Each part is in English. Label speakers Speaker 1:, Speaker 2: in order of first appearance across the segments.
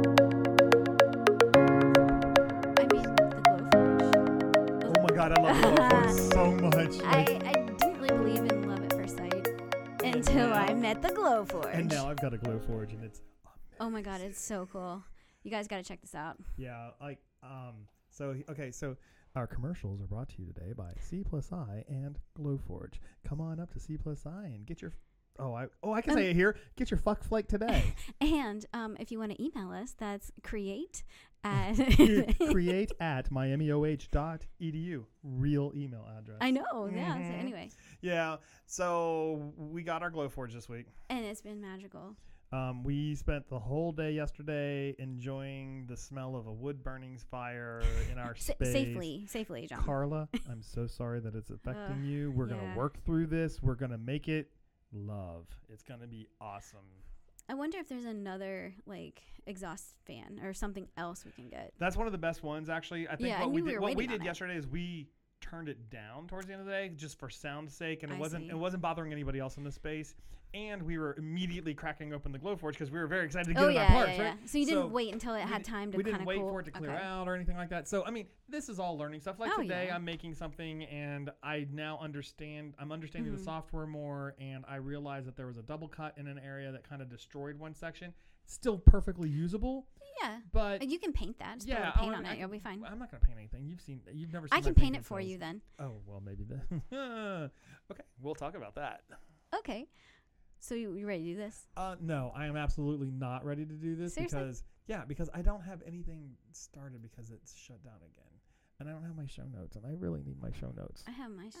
Speaker 1: Oh
Speaker 2: met the Glowforge.
Speaker 1: And now I've got a glow forge, and it's
Speaker 2: oh my god, it's so cool. You guys got to check this out.
Speaker 1: yeah, like um. So he- okay, so our commercials are brought to you today by C plus I and Glowforge. Come on up to C plus I and get your. Oh, I oh I
Speaker 2: Um,
Speaker 1: can say it here. Get your fuck flake today.
Speaker 2: And um, if you want to email us, that's create at.
Speaker 1: Create at miamioh.edu. e Real email address.
Speaker 2: I know, yeah. So
Speaker 1: Mhm.
Speaker 2: anyway,
Speaker 1: Yeah. So we got our Glowforge this week.
Speaker 2: and it's been magical.
Speaker 1: Um, we spent the whole day yesterday enjoying the smell of a wood burning fire in our
Speaker 2: Sa-
Speaker 1: space.
Speaker 2: safely, safely, John.
Speaker 1: Carla, I'm so sorry that it's affecting you. We're
Speaker 2: yeah.
Speaker 1: gonna work through this. We're gonna make it love. It's gonna be awesome.
Speaker 2: I wonder if there's another like exhaust fan or something else we can get.
Speaker 1: That's one of the best ones, actually. I think
Speaker 2: Yeah, I
Speaker 1: what we
Speaker 2: knew we
Speaker 1: did,
Speaker 2: were
Speaker 1: what we
Speaker 2: waiting
Speaker 1: did
Speaker 2: on it.
Speaker 1: yesterday is we turned it down towards the end of the day just for sound's sake, and it
Speaker 2: I
Speaker 1: wasn't
Speaker 2: see.
Speaker 1: it wasn't bothering anybody else in the space. And we were immediately cracking open the Glowforge because we were very excited to get
Speaker 2: Oh
Speaker 1: it in
Speaker 2: yeah,
Speaker 1: our parts,
Speaker 2: yeah, yeah.
Speaker 1: right?
Speaker 2: So you
Speaker 1: So
Speaker 2: didn't wait until it had
Speaker 1: di-
Speaker 2: time to
Speaker 1: we
Speaker 2: kind
Speaker 1: didn't
Speaker 2: of
Speaker 1: wait
Speaker 2: cool.
Speaker 1: for it to clear
Speaker 2: okay.
Speaker 1: out or anything like that so i mean this is all learning stuff like
Speaker 2: Oh,
Speaker 1: today
Speaker 2: yeah.
Speaker 1: i'm making something and i now understand i'm understanding
Speaker 2: Mm-hmm.
Speaker 1: the software more and i realized that there was a double cut in an area that kind of destroyed one section still perfectly usable
Speaker 2: Yeah,
Speaker 1: but
Speaker 2: Uh, you can paint that. Just
Speaker 1: yeah
Speaker 2: put a little
Speaker 1: oh,
Speaker 2: paint
Speaker 1: I
Speaker 2: on
Speaker 1: mean, I
Speaker 2: it. You'll
Speaker 1: can-
Speaker 2: be fine.
Speaker 1: i'm not gonna paint anything you've seen you've never seen
Speaker 2: I
Speaker 1: my
Speaker 2: can paint
Speaker 1: painting
Speaker 2: it for
Speaker 1: skills.
Speaker 2: you then.
Speaker 1: oh well maybe then okay we'll talk about that
Speaker 2: Okay. So you, you ready to do this?
Speaker 1: uh no i am absolutely not ready to do this
Speaker 2: Seriously?
Speaker 1: because yeah because i don't have anything started because it's shut down again and i don't have my show notes and i really need my show notes
Speaker 2: I have my. Show.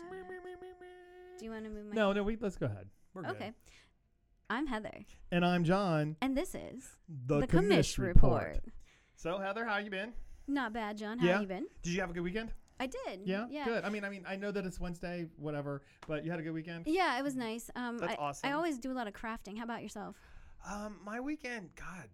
Speaker 2: Do you want to move my?
Speaker 1: no no we let's go ahead we're
Speaker 2: Okay.
Speaker 1: good
Speaker 2: I'm Heather,
Speaker 1: and i'm john
Speaker 2: and this is
Speaker 1: the, commish, report. so heather how you been
Speaker 2: Not bad, John. How
Speaker 1: Yeah.
Speaker 2: you been?
Speaker 1: did you have a good weekend
Speaker 2: I did.
Speaker 1: yeah
Speaker 2: Mm, Yeah.
Speaker 1: good i mean i mean i know that it's wednesday whatever but you had a good weekend
Speaker 2: Yeah, it was nice. Um,
Speaker 1: That's
Speaker 2: I,
Speaker 1: awesome.
Speaker 2: I always do a lot of crafting. How about yourself?
Speaker 1: Um, my weekend, God,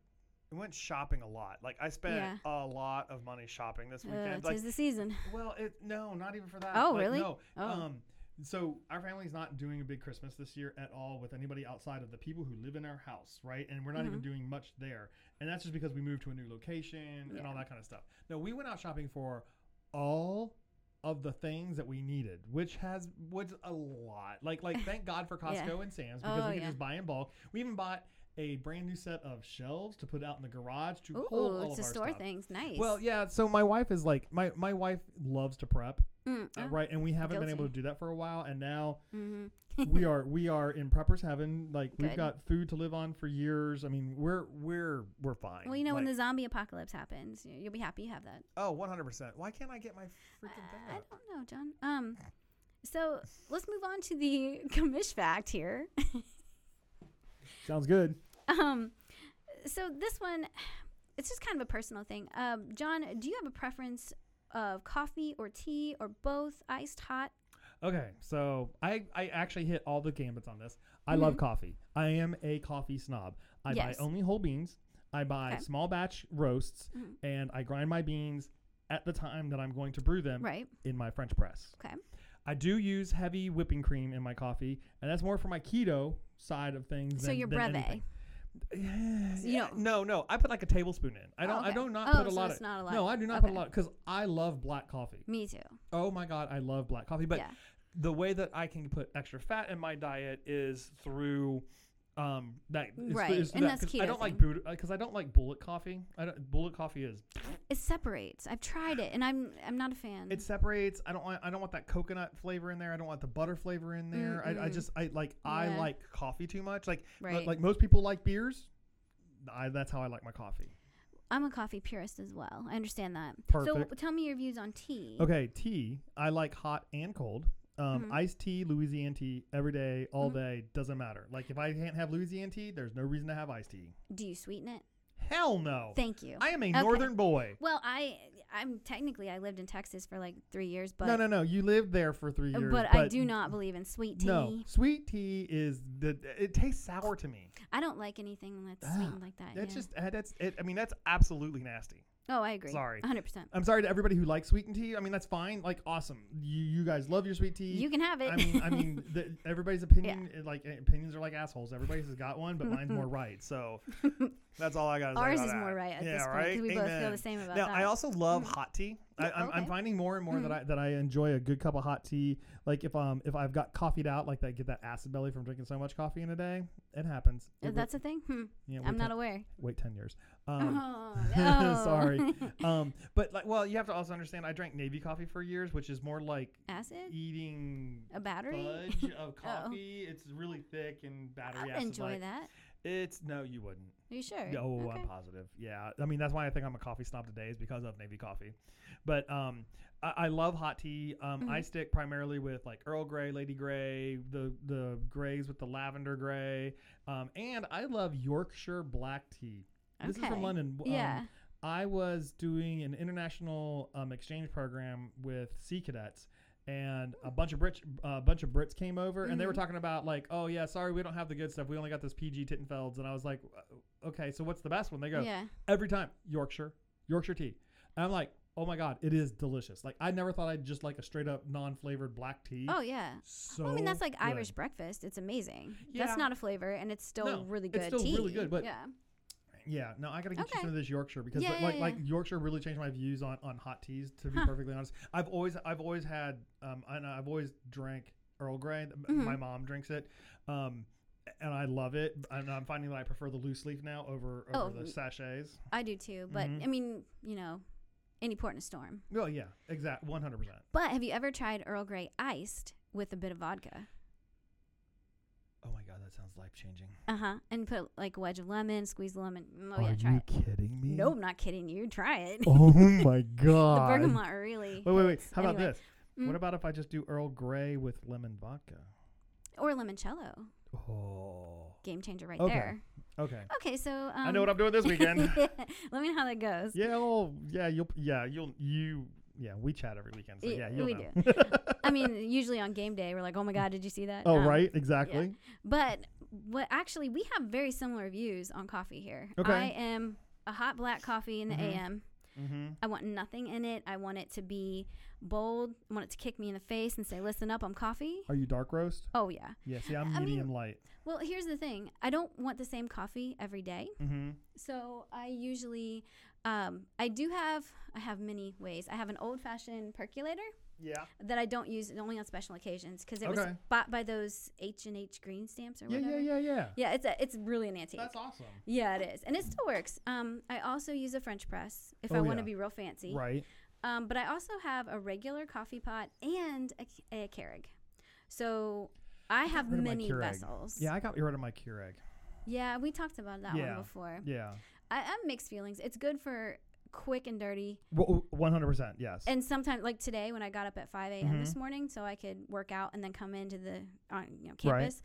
Speaker 1: I went shopping a lot. Like I spent
Speaker 2: Yeah.
Speaker 1: a lot of money shopping this
Speaker 2: Uh,
Speaker 1: weekend. like,
Speaker 2: tis the season.
Speaker 1: well, it no, not even for that.
Speaker 2: Oh,
Speaker 1: Like,
Speaker 2: really?
Speaker 1: No.
Speaker 2: Oh.
Speaker 1: Um, so our family's not doing a big Christmas this year at all with anybody outside of the people who live in our house, right? And we're not even
Speaker 2: Mhm.
Speaker 1: doing much there, and that's just because we moved to a new location and all
Speaker 2: Yeah.
Speaker 1: that kind of stuff. No, we went out shopping for all of the things that we needed, which has was a lot. Like like thank God for Costco
Speaker 2: Yeah.
Speaker 1: and Sam's because
Speaker 2: Oh,
Speaker 1: we can
Speaker 2: yeah.
Speaker 1: just buy in bulk. We even bought a brand new set of shelves to put out in the garage to hold all
Speaker 2: Ooh,
Speaker 1: of
Speaker 2: to
Speaker 1: our
Speaker 2: store
Speaker 1: stuff.
Speaker 2: things. Nice.
Speaker 1: Well, yeah. So my wife is like my my wife loves to prep,
Speaker 2: Mm,
Speaker 1: uh, right? And we haven't been able to
Speaker 2: guilty.
Speaker 1: do that for a while, and now
Speaker 2: mm-hmm.
Speaker 1: we are we are in preppers heaven. Like we've
Speaker 2: Good.
Speaker 1: got food to live on for years. I mean, we're we're we're fine.
Speaker 2: Well, you know, when
Speaker 1: Like,
Speaker 2: the zombie apocalypse happens, y- you'll be happy you have that.
Speaker 1: oh, one hundred percent. Why can't I get my freaking
Speaker 2: I
Speaker 1: thing?
Speaker 2: I
Speaker 1: up?
Speaker 2: don't know, John. Um, so let's move on to the commish fact here.
Speaker 1: Sounds good.
Speaker 2: Um, so this one, it's just kind of a personal thing. Um, John, do you have a preference of coffee or tea or both, iced, hot?
Speaker 1: Okay, so I I actually hit all the gambits on this. I love coffee. I am a coffee snob. I
Speaker 2: Mm-hmm. Yes.
Speaker 1: buy only whole beans. I buy
Speaker 2: Okay.
Speaker 1: small batch roasts,
Speaker 2: Mhm.
Speaker 1: and I grind my beans at the time that I'm going to brew them
Speaker 2: Right.
Speaker 1: in my French press.
Speaker 2: Okay.
Speaker 1: I do use heavy whipping cream in my coffee, and that's more for my keto side of things.
Speaker 2: So
Speaker 1: than,
Speaker 2: your
Speaker 1: than
Speaker 2: brevet.
Speaker 1: anything. Yeah,
Speaker 2: So you
Speaker 1: yeah,
Speaker 2: don't-
Speaker 1: no, no. I put like a tablespoon in. I
Speaker 2: Oh,
Speaker 1: don't. I
Speaker 2: okay.
Speaker 1: do not
Speaker 2: Oh,
Speaker 1: put a
Speaker 2: so
Speaker 1: lot.
Speaker 2: it's
Speaker 1: of,
Speaker 2: not a lot.
Speaker 1: No, I do not put a
Speaker 2: Okay.
Speaker 1: lot because I love black coffee.
Speaker 2: Me too.
Speaker 1: Oh my god, I love black coffee. But
Speaker 2: yeah.
Speaker 1: the way that I can put extra fat in my diet is through um that is-
Speaker 2: Right,
Speaker 1: is through
Speaker 2: and
Speaker 1: that,
Speaker 2: that's
Speaker 1: 'cause I
Speaker 2: keto
Speaker 1: don't like
Speaker 2: thing.
Speaker 1: bullet because I don't like bullet coffee. I don't bullet coffee is
Speaker 2: It separates. I've tried it, and I'm I'm not a fan.
Speaker 1: it separates. I don't want I don't want that coconut flavor in there. I don't want the butter flavor in there. I, I
Speaker 2: Mm-mm.
Speaker 1: just I like I
Speaker 2: Yeah.
Speaker 1: like coffee too much. Like li-
Speaker 2: Right.
Speaker 1: like most people like beers. I that's how I like my coffee.
Speaker 2: I'm a coffee purist as well. I understand that. So
Speaker 1: Perfect.
Speaker 2: tell me your views on tea.
Speaker 1: Okay, tea. I like hot and cold. Um,
Speaker 2: Mhm.
Speaker 1: Iced tea, Louisiana tea, every day, all
Speaker 2: Mhm.
Speaker 1: day, doesn't matter. Like if I can't have Louisiana tea, there's no reason to have iced tea.
Speaker 2: Do you sweeten it?
Speaker 1: Hell no.
Speaker 2: Thank you.
Speaker 1: I am a
Speaker 2: Okay.
Speaker 1: northern boy.
Speaker 2: well, I I'm technically I lived in Texas for like three years, but
Speaker 1: no, no, no. You lived there for three
Speaker 2: uh,
Speaker 1: years.
Speaker 2: but I do not believe in sweet tea.
Speaker 1: No, sweet tea is the. It tastes sour to me.
Speaker 2: I don't like anything that's
Speaker 1: Ah,
Speaker 2: sweetened like that.
Speaker 1: That's
Speaker 2: yeah.
Speaker 1: just uh, that's. It, I mean, that's absolutely nasty.
Speaker 2: oh, I agree.
Speaker 1: sorry.
Speaker 2: 100. percent
Speaker 1: I'm sorry to everybody who likes sweetened tea. I mean, that's fine. Like, awesome. You you guys love your sweet tea.
Speaker 2: You can have it.
Speaker 1: I mean, I mean, the, everybody's opinion uh, like uh, opinions are like assholes. Everybody's has got one, but mine's more right. So that's all I got.
Speaker 2: ours is more right at
Speaker 1: yeah,
Speaker 2: this point
Speaker 1: right.
Speaker 2: because we both feel
Speaker 1: Amen.
Speaker 2: the same about
Speaker 1: Now,
Speaker 2: that. Mm.
Speaker 1: I also love hot tea. I, I'm, I'm
Speaker 2: okay.
Speaker 1: finding more and more that
Speaker 2: Mhm.
Speaker 1: I that I enjoy a good cup of hot tea. Like if um if I've got coffeeed out, like I get that acid belly from drinking so much coffee in a day. It happens. It
Speaker 2: Uh,
Speaker 1: re-
Speaker 2: That's a thing. Hmm.
Speaker 1: yeah, wait
Speaker 2: I'm
Speaker 1: ten-
Speaker 2: not aware.
Speaker 1: wait ten years. Um,
Speaker 2: oh, no.
Speaker 1: sorry. um, but like, well, you have to also understand. I drank navy coffee for years, which is more like
Speaker 2: Acid?
Speaker 1: eating
Speaker 2: A battery? Oh.
Speaker 1: fudge of coffee. It's really thick and battery
Speaker 2: I'd
Speaker 1: acid.
Speaker 2: enjoy that.
Speaker 1: It's no, you wouldn't.
Speaker 2: Are you sure?
Speaker 1: No,
Speaker 2: Okay.
Speaker 1: I'm positive. Yeah, I mean that's why I think I'm a coffee snob today is because of navy coffee. But um, I, I love hot tea. Um,
Speaker 2: Mm-hmm.
Speaker 1: I stick primarily with like Earl Grey, Lady Grey, the the grays with the lavender gray, um, and I love Yorkshire black tea. This is
Speaker 2: Okay.
Speaker 1: from London. W- um,
Speaker 2: yeah.
Speaker 1: I was doing an international um, exchange program with Sea Cadets, and a bunch of Brits, a bunch of Brits came over, and they were
Speaker 2: Mhm.
Speaker 1: talking about like, oh yeah, sorry, we don't have the good stuff. We only got this PG Tittenfelds, and I was like, "Uh, okay, so what's the best one? They go
Speaker 2: Yeah.
Speaker 1: every time Yorkshire, Yorkshire tea, and I'm like, oh my god, it is delicious. Like I never thought I'd just like a straight up non flavored black tea.
Speaker 2: Oh, yeah.
Speaker 1: so
Speaker 2: well, I mean, that's like
Speaker 1: good.
Speaker 2: Irish breakfast. It's amazing.
Speaker 1: Yeah.
Speaker 2: That's not a flavor, and it's still
Speaker 1: No,
Speaker 2: really
Speaker 1: it's
Speaker 2: good
Speaker 1: still
Speaker 2: tea.
Speaker 1: really good, but-
Speaker 2: yeah.
Speaker 1: Yeah, no, I gotta get you
Speaker 2: Okay.
Speaker 1: some of this Yorkshire because
Speaker 2: Yeah,
Speaker 1: like,
Speaker 2: yeah,
Speaker 1: like, like
Speaker 2: yeah.
Speaker 1: Yorkshire really changed my views on, on hot teas. To be
Speaker 2: Huh.
Speaker 1: perfectly honest, I've always I've always had um and I've always drank Earl Grey. M-
Speaker 2: Mhm.
Speaker 1: My mom drinks it, um, and I love it. And I'm finding that I prefer the loose leaf now over over
Speaker 2: Oh.
Speaker 1: the sachets.
Speaker 2: I do too. But
Speaker 1: Mhm.
Speaker 2: I mean, you know, any port in a storm.
Speaker 1: Oh yeah, exact one hundred percent.
Speaker 2: But have you ever tried Earl Grey iced with a bit of vodka?
Speaker 1: Oh my god, that sounds life changing.
Speaker 2: Uh huh. And put like a wedge of lemon, squeeze the lemon. Mm, Oh yeah, try it.
Speaker 1: kidding
Speaker 2: No, I'm not kidding you. Try it.
Speaker 1: Oh my
Speaker 2: the
Speaker 1: god.
Speaker 2: bergamot really.
Speaker 1: Wait, wait, wait.
Speaker 2: hits.
Speaker 1: How about
Speaker 2: Anyway,
Speaker 1: this?
Speaker 2: Mm.
Speaker 1: What about if I just do Earl Grey with lemon vodka?
Speaker 2: Or limoncello.
Speaker 1: Oh.
Speaker 2: Game changer right
Speaker 1: Okay.
Speaker 2: there.
Speaker 1: Okay.
Speaker 2: Okay, so um,
Speaker 1: I know what I'm doing this weekend.
Speaker 2: let me know how that goes.
Speaker 1: yeah, oh, yeah, you'll, yeah, you'll, you, yeah, we chat every weekend, so
Speaker 2: Y-
Speaker 1: yeah, you'll
Speaker 2: we
Speaker 1: know.
Speaker 2: do. I mean, usually on game day, we're like, "Oh my god, did you see that?"
Speaker 1: oh,
Speaker 2: Um,
Speaker 1: right, exactly.
Speaker 2: But what actually, we have very similar views on coffee here.
Speaker 1: Okay.
Speaker 2: I am a hot black coffee in the
Speaker 1: Mhm.
Speaker 2: AM.
Speaker 1: Mm-hmm.
Speaker 2: I want nothing in it. I want it to be bold. I want it to kick me in the face and say, "Listen up, I'm coffee."
Speaker 1: Are you dark roast?
Speaker 2: Oh yeah.
Speaker 1: Yeah, see, I'm
Speaker 2: I mean-
Speaker 1: medium light.
Speaker 2: Well, here's the thing. I don't want the same coffee every day.
Speaker 1: Mm-hmm.
Speaker 2: So I usually, um, I do have, I have many ways. I have an old fashioned percolator
Speaker 1: Yeah.
Speaker 2: that I don't use only on special occasions because it was
Speaker 1: Okay.
Speaker 2: bought by those H and H green stamps or
Speaker 1: Yeah,
Speaker 2: whatever.
Speaker 1: yeah, yeah, yeah.
Speaker 2: Yeah, it's a, it's really an antique.
Speaker 1: That's awesome.
Speaker 2: yeah, it is, and it still works. Um, I also use a French press if I
Speaker 1: Oh,
Speaker 2: want to
Speaker 1: yeah.
Speaker 2: be real fancy.
Speaker 1: Right.
Speaker 2: Um, but I also have a regular coffee pot and a, K- a Keurig. So I have
Speaker 1: rid of my
Speaker 2: many
Speaker 1: Keurig.
Speaker 2: vessels.
Speaker 1: Yeah, I got rid of my Keurig.
Speaker 2: Yeah, we talked about that
Speaker 1: Yeah.
Speaker 2: one before.
Speaker 1: Yeah.
Speaker 2: I, I have mixed feelings. It's good for quick and dirty.
Speaker 1: Wo- 100%, yes.
Speaker 2: And sometimes, like today, when I got up at 5 a.m. this
Speaker 1: Mhm.
Speaker 2: morning so I could work out and then come into the on you know
Speaker 1: Right.
Speaker 2: campus,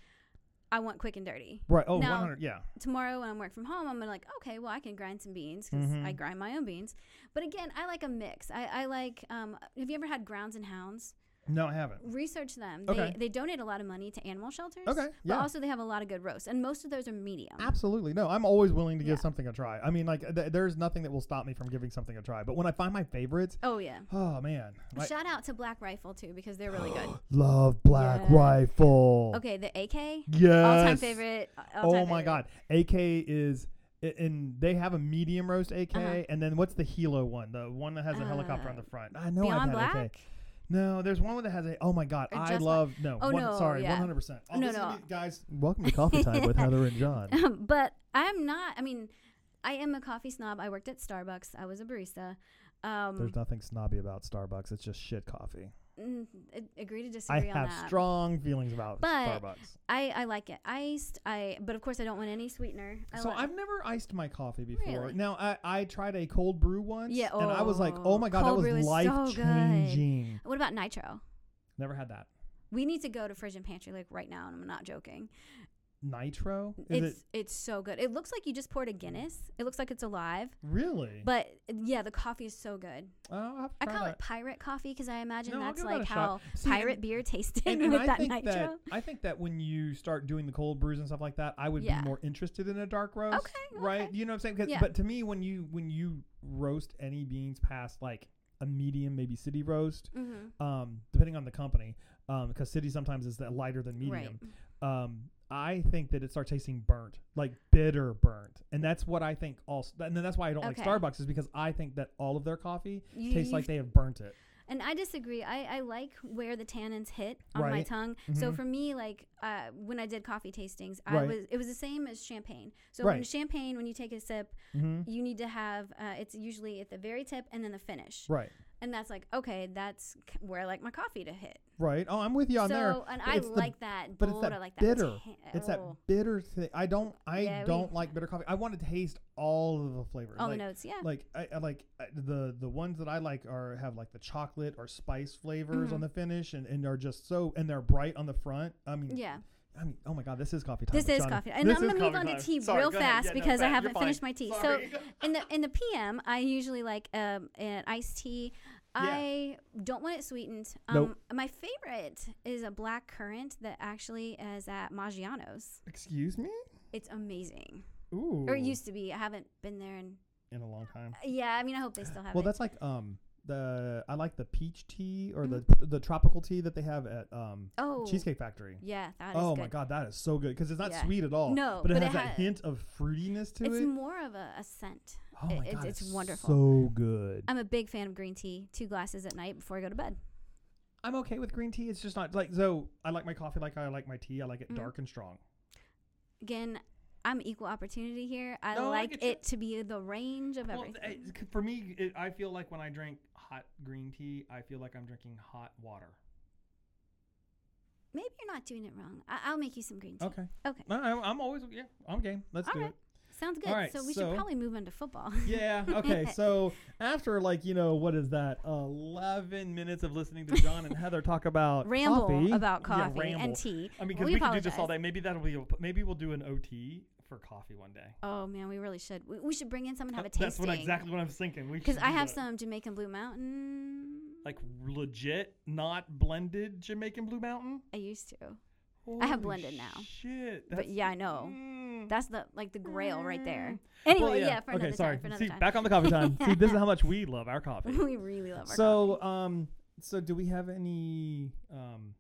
Speaker 2: I want quick and dirty.
Speaker 1: right, oh,
Speaker 2: now-
Speaker 1: 100, yeah.
Speaker 2: Tomorrow, when I'm work from home, I'm gonna like, okay, well, I can grind some beans because I
Speaker 1: Mhm.
Speaker 2: grind my own beans. But again, I like a mix. I, I like. Um, have you ever had grounds and hounds?
Speaker 1: No, I haven't.
Speaker 2: Research them.
Speaker 1: Okay.
Speaker 2: They they donate a lot of money to animal shelters.
Speaker 1: Okay,
Speaker 2: But
Speaker 1: yeah.
Speaker 2: also, they have a lot of good roasts, and most of those are medium.
Speaker 1: Absolutely. No, I'm always willing to give
Speaker 2: Yeah.
Speaker 1: something a try. I mean, like, th- there's nothing that will stop me from giving something a try. But when I find my favorites,
Speaker 2: Oh yeah.
Speaker 1: oh, man. my-
Speaker 2: Shout out to Black Rifle too because they're really good.
Speaker 1: Love Black
Speaker 2: Yeah.
Speaker 1: Rifle.
Speaker 2: Okay, the AK.
Speaker 1: Yes.
Speaker 2: All time favorite. uh, all-time
Speaker 1: oh my
Speaker 2: favorite.
Speaker 1: god. AK is a- and they have a medium roast AK
Speaker 2: Uh-huh.
Speaker 1: and then what's the Hilo one? The one that has a helicopter on
Speaker 2: Uh,
Speaker 1: the front. I know
Speaker 2: Beyond
Speaker 1: I've had
Speaker 2: Black.
Speaker 1: AK. No, there's one that has a Oh my god.
Speaker 2: Or
Speaker 1: I
Speaker 2: Just Black-
Speaker 1: love no.
Speaker 2: Oh,
Speaker 1: one-
Speaker 2: no,
Speaker 1: sorry,
Speaker 2: yeah.
Speaker 1: 100%. Oh,
Speaker 2: No,
Speaker 1: this is
Speaker 2: no.
Speaker 1: gonna be- guys, welcome to Coffee Time with Heather and John.
Speaker 2: but I'm not. I mean, I am a coffee snob. I worked at Starbucks. I was a barista. Um,
Speaker 1: There's nothing snobby about Starbucks. It's just shit coffee.
Speaker 2: mm, a- agree to
Speaker 1: I
Speaker 2: disagree on
Speaker 1: have
Speaker 2: that.
Speaker 1: strong feelings about
Speaker 2: But
Speaker 1: Starbucks.
Speaker 2: I, I like it iced. I but of course I don't want any sweetener. I
Speaker 1: so
Speaker 2: like,
Speaker 1: I've never iced my coffee before.
Speaker 2: Really?
Speaker 1: Now I, I tried a cold brew once,
Speaker 2: Yeah,
Speaker 1: and I was like,
Speaker 2: oh,
Speaker 1: "Oh my god,
Speaker 2: cold
Speaker 1: that
Speaker 2: brew
Speaker 1: was
Speaker 2: is so
Speaker 1: life changing."
Speaker 2: What about nitro?
Speaker 1: Never had that.
Speaker 2: We need to go to Frisian Pantry like right now, and I'm not joking.
Speaker 1: Nitro? Is
Speaker 2: it's
Speaker 1: it
Speaker 2: it's so good. It looks like you just poured a Guinness. It looks like it's alive.
Speaker 1: really?
Speaker 2: But yeah, the coffee is so good.
Speaker 1: oh, I'll have to
Speaker 2: I
Speaker 1: try
Speaker 2: call
Speaker 1: that.
Speaker 2: it pirate coffee because I imagine
Speaker 1: No, I'll
Speaker 2: that's
Speaker 1: give that a
Speaker 2: like
Speaker 1: shot.
Speaker 2: how
Speaker 1: See, and-
Speaker 2: pirate beer tasted
Speaker 1: And, and
Speaker 2: with
Speaker 1: I
Speaker 2: that
Speaker 1: think
Speaker 2: nitro.
Speaker 1: that I think that when you start doing the cold brews and stuff like that, I would
Speaker 2: Yeah.
Speaker 1: be more interested in a dark roast.
Speaker 2: Okay,
Speaker 1: right?
Speaker 2: okay.
Speaker 1: You know what I'm saying? 'Cause-
Speaker 2: Yeah.
Speaker 1: But to me, when you when you roast any beans past like a medium, maybe city roast,
Speaker 2: mm-hmm.
Speaker 1: um, depending on the company, um, because city sometimes is that lighter than medium.
Speaker 2: Right.
Speaker 1: Um, I think that it starts tasting burnt, like bitter burnt, and that's what I think. Also, and then that's why I don't
Speaker 2: Okay.
Speaker 1: like Starbucks is because I think that all of their coffee
Speaker 2: You-
Speaker 1: tastes
Speaker 2: you've
Speaker 1: like they have burnt it.
Speaker 2: And I disagree. I, I like where the tannins hit on my
Speaker 1: Right.
Speaker 2: tongue. So
Speaker 1: Mhm.
Speaker 2: for me, like uh, when I did coffee tastings, I
Speaker 1: Right.
Speaker 2: was it was the same as champagne. So when
Speaker 1: Right.
Speaker 2: champagne, when you take a sip,
Speaker 1: Mm-hmm.
Speaker 2: you need to have uh, it's usually at the very tip and then the finish,
Speaker 1: Right,
Speaker 2: and that's like okay, that's k- where I like my coffee to hit.
Speaker 1: right. Oh, I'm with you on
Speaker 2: so
Speaker 1: there.
Speaker 2: and
Speaker 1: but
Speaker 2: I
Speaker 1: it's the-
Speaker 2: like that
Speaker 1: but
Speaker 2: bold.
Speaker 1: it's that
Speaker 2: I like that
Speaker 1: bitter.
Speaker 2: tan-
Speaker 1: It's that
Speaker 2: oh,
Speaker 1: bitter thing. I don't. I
Speaker 2: Yeah, we-
Speaker 1: don't like bitter coffee. I want to taste all of the flavors.
Speaker 2: all
Speaker 1: like,
Speaker 2: the notes. oh, Yeah,
Speaker 1: like I, I like uh, the the ones that I like are have like the chocolate or spice flavors
Speaker 2: Mm-hmm.
Speaker 1: on the finish and, and are just so and they're bright on the front. I mean,
Speaker 2: yeah.
Speaker 1: I mean, oh my god, this is coffee time.
Speaker 2: This
Speaker 1: with
Speaker 2: is
Speaker 1: Johnny.
Speaker 2: coffee, and
Speaker 1: This
Speaker 2: I'm
Speaker 1: is
Speaker 2: gonna move
Speaker 1: coffee
Speaker 2: on to
Speaker 1: time.
Speaker 2: tea
Speaker 1: Sorry,
Speaker 2: real
Speaker 1: go ahead.
Speaker 2: fast
Speaker 1: Yeah, no,
Speaker 2: because I
Speaker 1: fine. You're
Speaker 2: haven't
Speaker 1: fine.
Speaker 2: finished my tea.
Speaker 1: Sorry.
Speaker 2: So in the in the PM, I usually like um, an iced tea. I don't want it sweetened. Um,
Speaker 1: Nope.
Speaker 2: My favorite is a black currant that actually is at Maggiano's.
Speaker 1: excuse me.
Speaker 2: It's amazing,
Speaker 1: Ooh,
Speaker 2: or it used to be. I haven't been there in.
Speaker 1: in a long time.
Speaker 2: Yeah, I mean, I hope they still have
Speaker 1: Well,
Speaker 2: it.
Speaker 1: that's like um the I like the peach tea or the the tropical tea that they have at um
Speaker 2: Mm-hmm. oh,
Speaker 1: Cheesecake Factory.
Speaker 2: Yeah, that is
Speaker 1: Oh
Speaker 2: good.
Speaker 1: my god, that is so good because it's not
Speaker 2: Yeah.
Speaker 1: sweet at all.
Speaker 2: No,
Speaker 1: but it
Speaker 2: but
Speaker 1: has
Speaker 2: it
Speaker 1: that
Speaker 2: ha-
Speaker 1: hint of fruitiness to
Speaker 2: It's
Speaker 1: it.
Speaker 2: more of a, a scent.
Speaker 1: Oh my
Speaker 2: it-
Speaker 1: god,
Speaker 2: it's
Speaker 1: it's
Speaker 2: wonderful.
Speaker 1: So good.
Speaker 2: I'm a big fan of green tea. Two glasses at night before I go to bed.
Speaker 1: I'm okay with green tea. It's just not like so. I like my coffee like I like my tea. I like it
Speaker 2: Mhm.
Speaker 1: dark and strong.
Speaker 2: again, I'm equal opportunity here. I
Speaker 1: No, I
Speaker 2: like
Speaker 1: get you.
Speaker 2: it to be the range of
Speaker 1: Well,
Speaker 2: everything.
Speaker 1: it- c- for me, it, I feel like when I drink hot green tea, I feel like I'm drinking hot water.
Speaker 2: Maybe you're not doing it wrong. I- I'll make you some green tea.
Speaker 1: Okay.
Speaker 2: Okay.
Speaker 1: No, I'm, I'm always yeah. I'm game. Let's
Speaker 2: All
Speaker 1: do
Speaker 2: right.
Speaker 1: it.
Speaker 2: Sounds good.
Speaker 1: All right,
Speaker 2: so we
Speaker 1: so-
Speaker 2: should probably move on to football.
Speaker 1: Yeah. Okay. so after like you know what is that? Eleven minutes of listening to John and Heather talk about
Speaker 2: ramble
Speaker 1: coffee.
Speaker 2: about
Speaker 1: Yeah,
Speaker 2: coffee
Speaker 1: ramble.
Speaker 2: and tea.
Speaker 1: I mean, because
Speaker 2: we
Speaker 1: we, can do this all
Speaker 2: apologize.
Speaker 1: day. Maybe that'll be. A, maybe we'll do an OT for coffee one day.
Speaker 2: Oh man, we really should. We, we should bring in someone to have a tasting.
Speaker 1: That's what exactly what I was thinking. We
Speaker 2: Because
Speaker 1: should
Speaker 2: I
Speaker 1: do
Speaker 2: have
Speaker 1: that.
Speaker 2: some Jamaican Blue Mountain.
Speaker 1: like legit, not blended Jamaican Blue Mountain.
Speaker 2: I used to. I have
Speaker 1: Holy
Speaker 2: blended now.
Speaker 1: Shit.
Speaker 2: But
Speaker 1: that's-
Speaker 2: yeah, I know.
Speaker 1: Mm.
Speaker 2: That's the like the grail right there.
Speaker 1: Mm.
Speaker 2: Anyway,
Speaker 1: Well,
Speaker 2: yeah. for another
Speaker 1: okay, sorry.
Speaker 2: time. For another
Speaker 1: See,
Speaker 2: time.
Speaker 1: back on the coffee time. See, this is how much we love our coffee.
Speaker 2: we really love our
Speaker 1: so, um, so do we have any um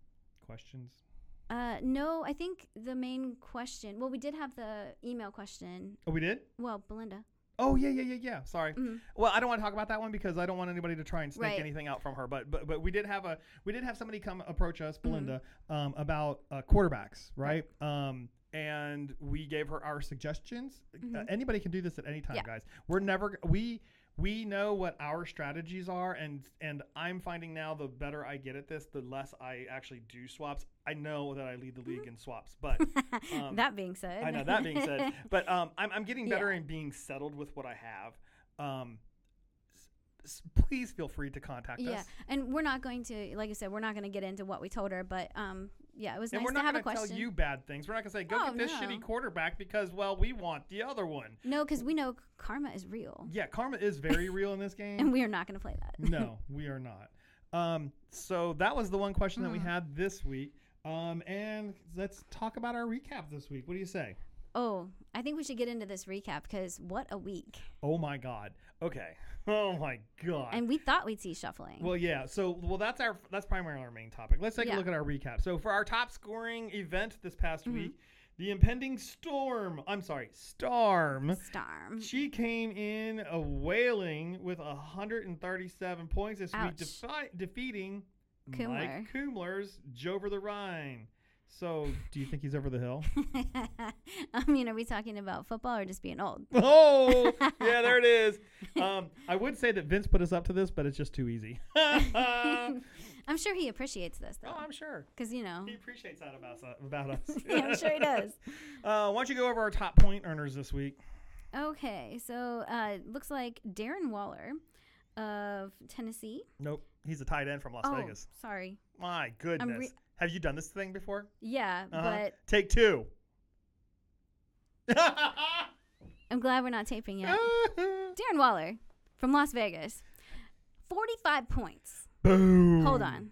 Speaker 1: questions?
Speaker 2: Uh, no, I think the main question. Well, we did have the email question.
Speaker 1: Oh, we did.
Speaker 2: Well, Belinda.
Speaker 1: Oh yeah, yeah, yeah, yeah. Sorry.
Speaker 2: Mhm.
Speaker 1: Well, I don't want to talk about that one because I don't want anybody to try and snake
Speaker 2: Right.
Speaker 1: anything out from her. But but but we did have a we did have somebody come approach us,
Speaker 2: Mm-hmm.
Speaker 1: Belinda, um, about uh, quarterbacks, right? Um, and we gave her our suggestions. Uh,
Speaker 2: Mhm.
Speaker 1: anybody can do this at any time,
Speaker 2: Yeah.
Speaker 1: guys. We're never we we know what our strategies are, and and I'm finding now the better I get at this, the less I actually do swaps. I know that I lead the
Speaker 2: Mm-hmm.
Speaker 1: league in swaps, but Um,
Speaker 2: that being said,
Speaker 1: I know that being said, but um, I'm, I'm getting better
Speaker 2: Yeah.
Speaker 1: in being settled with what I have. Um, s- s- please feel free to contact
Speaker 2: yeah,
Speaker 1: us.
Speaker 2: and we're not going to, like I said, we're not going to get into what we told her, but um, yeah, it was
Speaker 1: And
Speaker 2: nice
Speaker 1: we're
Speaker 2: to
Speaker 1: not
Speaker 2: have a
Speaker 1: going to tell
Speaker 2: question.
Speaker 1: you bad things. We're not going to say, go
Speaker 2: Oh,
Speaker 1: get this
Speaker 2: no.
Speaker 1: shitty quarterback because, well, we want the other one.
Speaker 2: no, because we know karma is real,
Speaker 1: Yeah, karma is very real in this game.
Speaker 2: and we are not going to play that.
Speaker 1: no, we are not. Um, so that was the one question that we
Speaker 2: Mm-hmm.
Speaker 1: had this week. Um, and let's talk about our recap this week. What do you say?
Speaker 2: Oh, I think we should get into this recap because what a week!
Speaker 1: Oh, my God. Okay. Oh, my God.
Speaker 2: And we thought we'd see shuffling.
Speaker 1: Well, yeah. So, well, that's our that's primarily our main topic. Let's take a
Speaker 2: Yeah. Mm-hmm.
Speaker 1: look at our recap. So, for our top scoring event this past week, the impending storm. I'm sorry, storm.
Speaker 2: Storm.
Speaker 1: She came in a wailing with 137 points this
Speaker 2: Ouch.
Speaker 1: week, defi- defeating
Speaker 2: Kumler.
Speaker 1: Mike Kumler's Jover the Rhine. So, do you think he's over the hill?
Speaker 2: I mean, are we talking about football or just being old?
Speaker 1: oh, yeah, there it is. Um, I would say that Vince put us up to this, but it's just too easy. oh,
Speaker 2: I'm sure he appreciates this though,
Speaker 1: I'm sure.
Speaker 2: because you know.
Speaker 1: He appreciates that about us. About us.
Speaker 2: Um, Yeah, I'm sure he does.
Speaker 1: Uh, why don't you go over our top point earners this week?
Speaker 2: Okay, so uh, looks like Darren Waller of Tennessee.
Speaker 1: Nope. He's a tight end from Las
Speaker 2: oh,
Speaker 1: Vegas.
Speaker 2: sorry.
Speaker 1: My goodness.
Speaker 2: re-
Speaker 1: Have you done this thing before?
Speaker 2: Yeah,
Speaker 1: Uh-huh.
Speaker 2: but
Speaker 1: Take two.
Speaker 2: I'm glad we're not taping yet. Darren Waller from Las Vegas, 45 points.
Speaker 1: Boom.
Speaker 2: Hold on.
Speaker 1: Hmm.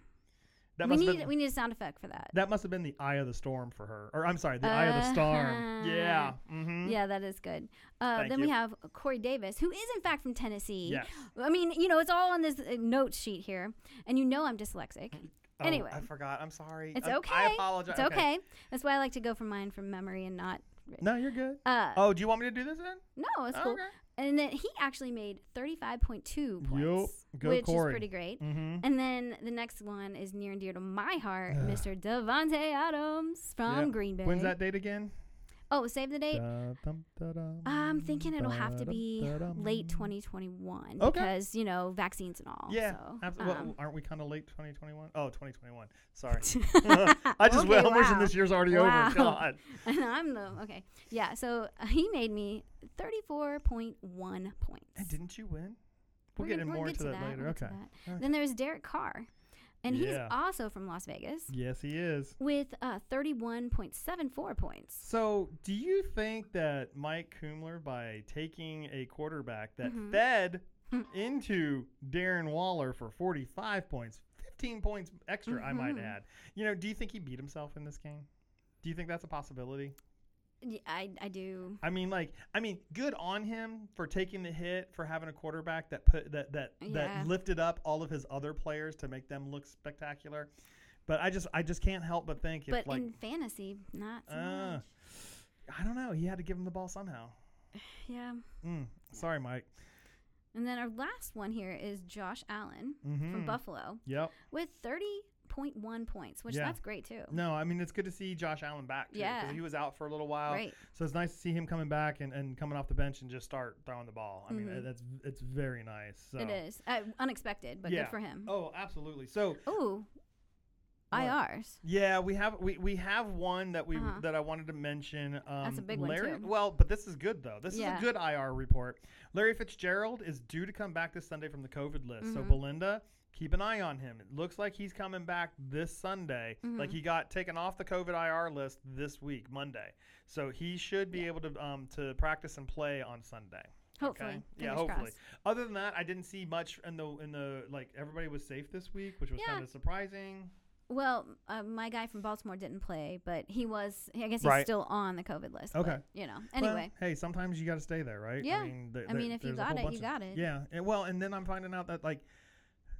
Speaker 1: That
Speaker 2: we
Speaker 1: must, have
Speaker 2: need
Speaker 1: been,
Speaker 2: we need a sound effect for that.
Speaker 1: that must have been the eye of the storm for her. Or I'm sorry, the eye of the storm.
Speaker 2: Uh-huh.
Speaker 1: Yeah. hmm
Speaker 2: Yeah, that is good. Uh,
Speaker 1: Thank
Speaker 2: then we
Speaker 1: you.
Speaker 2: have Corey Davis, who is in fact from Tennessee.
Speaker 1: Yes.
Speaker 2: I mean, you know, it's all on this uh, note sheet here, and you know I'm dyslexic.
Speaker 1: Oh,
Speaker 2: Anyway.
Speaker 1: I forgot. I'm sorry.
Speaker 2: It's
Speaker 1: I-
Speaker 2: okay.
Speaker 1: I apologize.
Speaker 2: It's okay. That's why I like to go for mine from memory and not.
Speaker 1: No, you're good.
Speaker 2: Uh,
Speaker 1: Oh, do you want me to do this then?
Speaker 2: No, it's
Speaker 1: Oh,
Speaker 2: cool.
Speaker 1: okay.
Speaker 2: And then he actually made 35.2 points,
Speaker 1: Yup. Go
Speaker 2: which
Speaker 1: Corey.
Speaker 2: is pretty great.
Speaker 1: Mm-hmm.
Speaker 2: And then the next one is near and dear to my heart,
Speaker 1: Ugh.
Speaker 2: Mr. Devonte Adams from
Speaker 1: Yeah.
Speaker 2: Green Bay.
Speaker 1: When's that date again?
Speaker 2: Oh, save the date.
Speaker 1: Da-dum, da-dum,
Speaker 2: I'm thinking it'll have to
Speaker 1: da-dum,
Speaker 2: be late
Speaker 1: da-dum.
Speaker 2: 2021
Speaker 1: Okay.
Speaker 2: because, you know, vaccines and all.
Speaker 1: Yeah,
Speaker 2: so,
Speaker 1: abso- well,
Speaker 2: um,
Speaker 1: aren't we kind of late 2021? Oh, 2021. Sorry, I just
Speaker 2: Okay,
Speaker 1: well, I'm wishing
Speaker 2: wow.
Speaker 1: this year's already
Speaker 2: Wow.
Speaker 1: over. God,
Speaker 2: and I'm the. Okay. Yeah. So uh, he made me 34.1 points.
Speaker 1: and didn't you win? We'll
Speaker 2: We're
Speaker 1: get
Speaker 2: gonna-
Speaker 1: in
Speaker 2: we'll
Speaker 1: more into
Speaker 2: to
Speaker 1: that
Speaker 2: that,
Speaker 1: later.
Speaker 2: we'll get to
Speaker 1: Okay.
Speaker 2: that.
Speaker 1: Okay.
Speaker 2: Then there's Derek Carr, and he's
Speaker 1: Yeah.
Speaker 2: also from Las Vegas
Speaker 1: Yes, he is.
Speaker 2: with uh, 31.74 points.
Speaker 1: So, do you think that Mike Kumler, by taking a quarterback that
Speaker 2: Mhm.
Speaker 1: fed
Speaker 2: Hmm.
Speaker 1: into Darren Waller for 45 points, 15 points extra, I might
Speaker 2: Mhm.
Speaker 1: add, you know, do you think he beat himself in this game? Do you think that's a possibility?
Speaker 2: Y- I, I do.
Speaker 1: I mean, like, I mean, good on him for taking the hit for having a quarterback that put that that
Speaker 2: Yeah.
Speaker 1: that lifted up all of his other players to make them look spectacular. But I just, I just can't help but think if
Speaker 2: But
Speaker 1: like,
Speaker 2: in fantasy, not so
Speaker 1: Uh,
Speaker 2: much.
Speaker 1: I don't know, he had to give him the ball somehow.
Speaker 2: Yeah.
Speaker 1: Mm, sorry, Mike.
Speaker 2: And then our last one here is Josh Allen from
Speaker 1: Mhm.
Speaker 2: Buffalo
Speaker 1: Yep.
Speaker 2: with 30.1 points, which
Speaker 1: Yeah.
Speaker 2: that's great too.
Speaker 1: No, I mean it's good to see Josh Allen back. Too, 'cause
Speaker 2: Yeah.
Speaker 1: He was out for a little while,
Speaker 2: Right.
Speaker 1: so it's nice to see him coming back and, and coming off the bench and just start throwing the ball. I mean,
Speaker 2: Mhm.
Speaker 1: that's it's very nice. So.
Speaker 2: It is. Uh, unexpected, but
Speaker 1: Yeah.
Speaker 2: good for him.
Speaker 1: Oh, absolutely. So
Speaker 2: Ooh.
Speaker 1: What?
Speaker 2: IRs.
Speaker 1: Yeah, we have we, we have one that we
Speaker 2: Uh-huh.
Speaker 1: that I wanted to mention. Um,
Speaker 2: a big one,
Speaker 1: Larry,
Speaker 2: too.
Speaker 1: Well, but this is good though. This
Speaker 2: Yeah.
Speaker 1: is a good IR report. Larry Fitzgerald is due to come back this Sunday from the COVID list. So
Speaker 2: Mhm.
Speaker 1: Belinda, keep an eye on him. It looks like he's coming back this Sunday. Like
Speaker 2: Mhm.
Speaker 1: he got taken off the COVID IR list this week, Monday. So he should be able to um to practice and play on Sunday.
Speaker 2: Hopefully.
Speaker 1: Yeah,
Speaker 2: Fingers
Speaker 1: hopefully.
Speaker 2: crossed.
Speaker 1: Other than that, I didn't see much in the in the like everybody was safe this week, which was
Speaker 2: Yeah.
Speaker 1: kind of surprising.
Speaker 2: Well, uh, my guy from Baltimore didn't play, but he was. I guess he's
Speaker 1: Right.
Speaker 2: still on the COVID list.
Speaker 1: Okay.
Speaker 2: but, you know.
Speaker 1: Well,
Speaker 2: Anyway.
Speaker 1: hey, sometimes you got to stay there, right?
Speaker 2: Yeah.
Speaker 1: mean, th-
Speaker 2: I
Speaker 1: th-
Speaker 2: mean, if you
Speaker 1: there's a
Speaker 2: got
Speaker 1: whole
Speaker 2: it,
Speaker 1: bunch
Speaker 2: you
Speaker 1: of-
Speaker 2: got it.
Speaker 1: Yeah. And, well, and then I'm finding out that like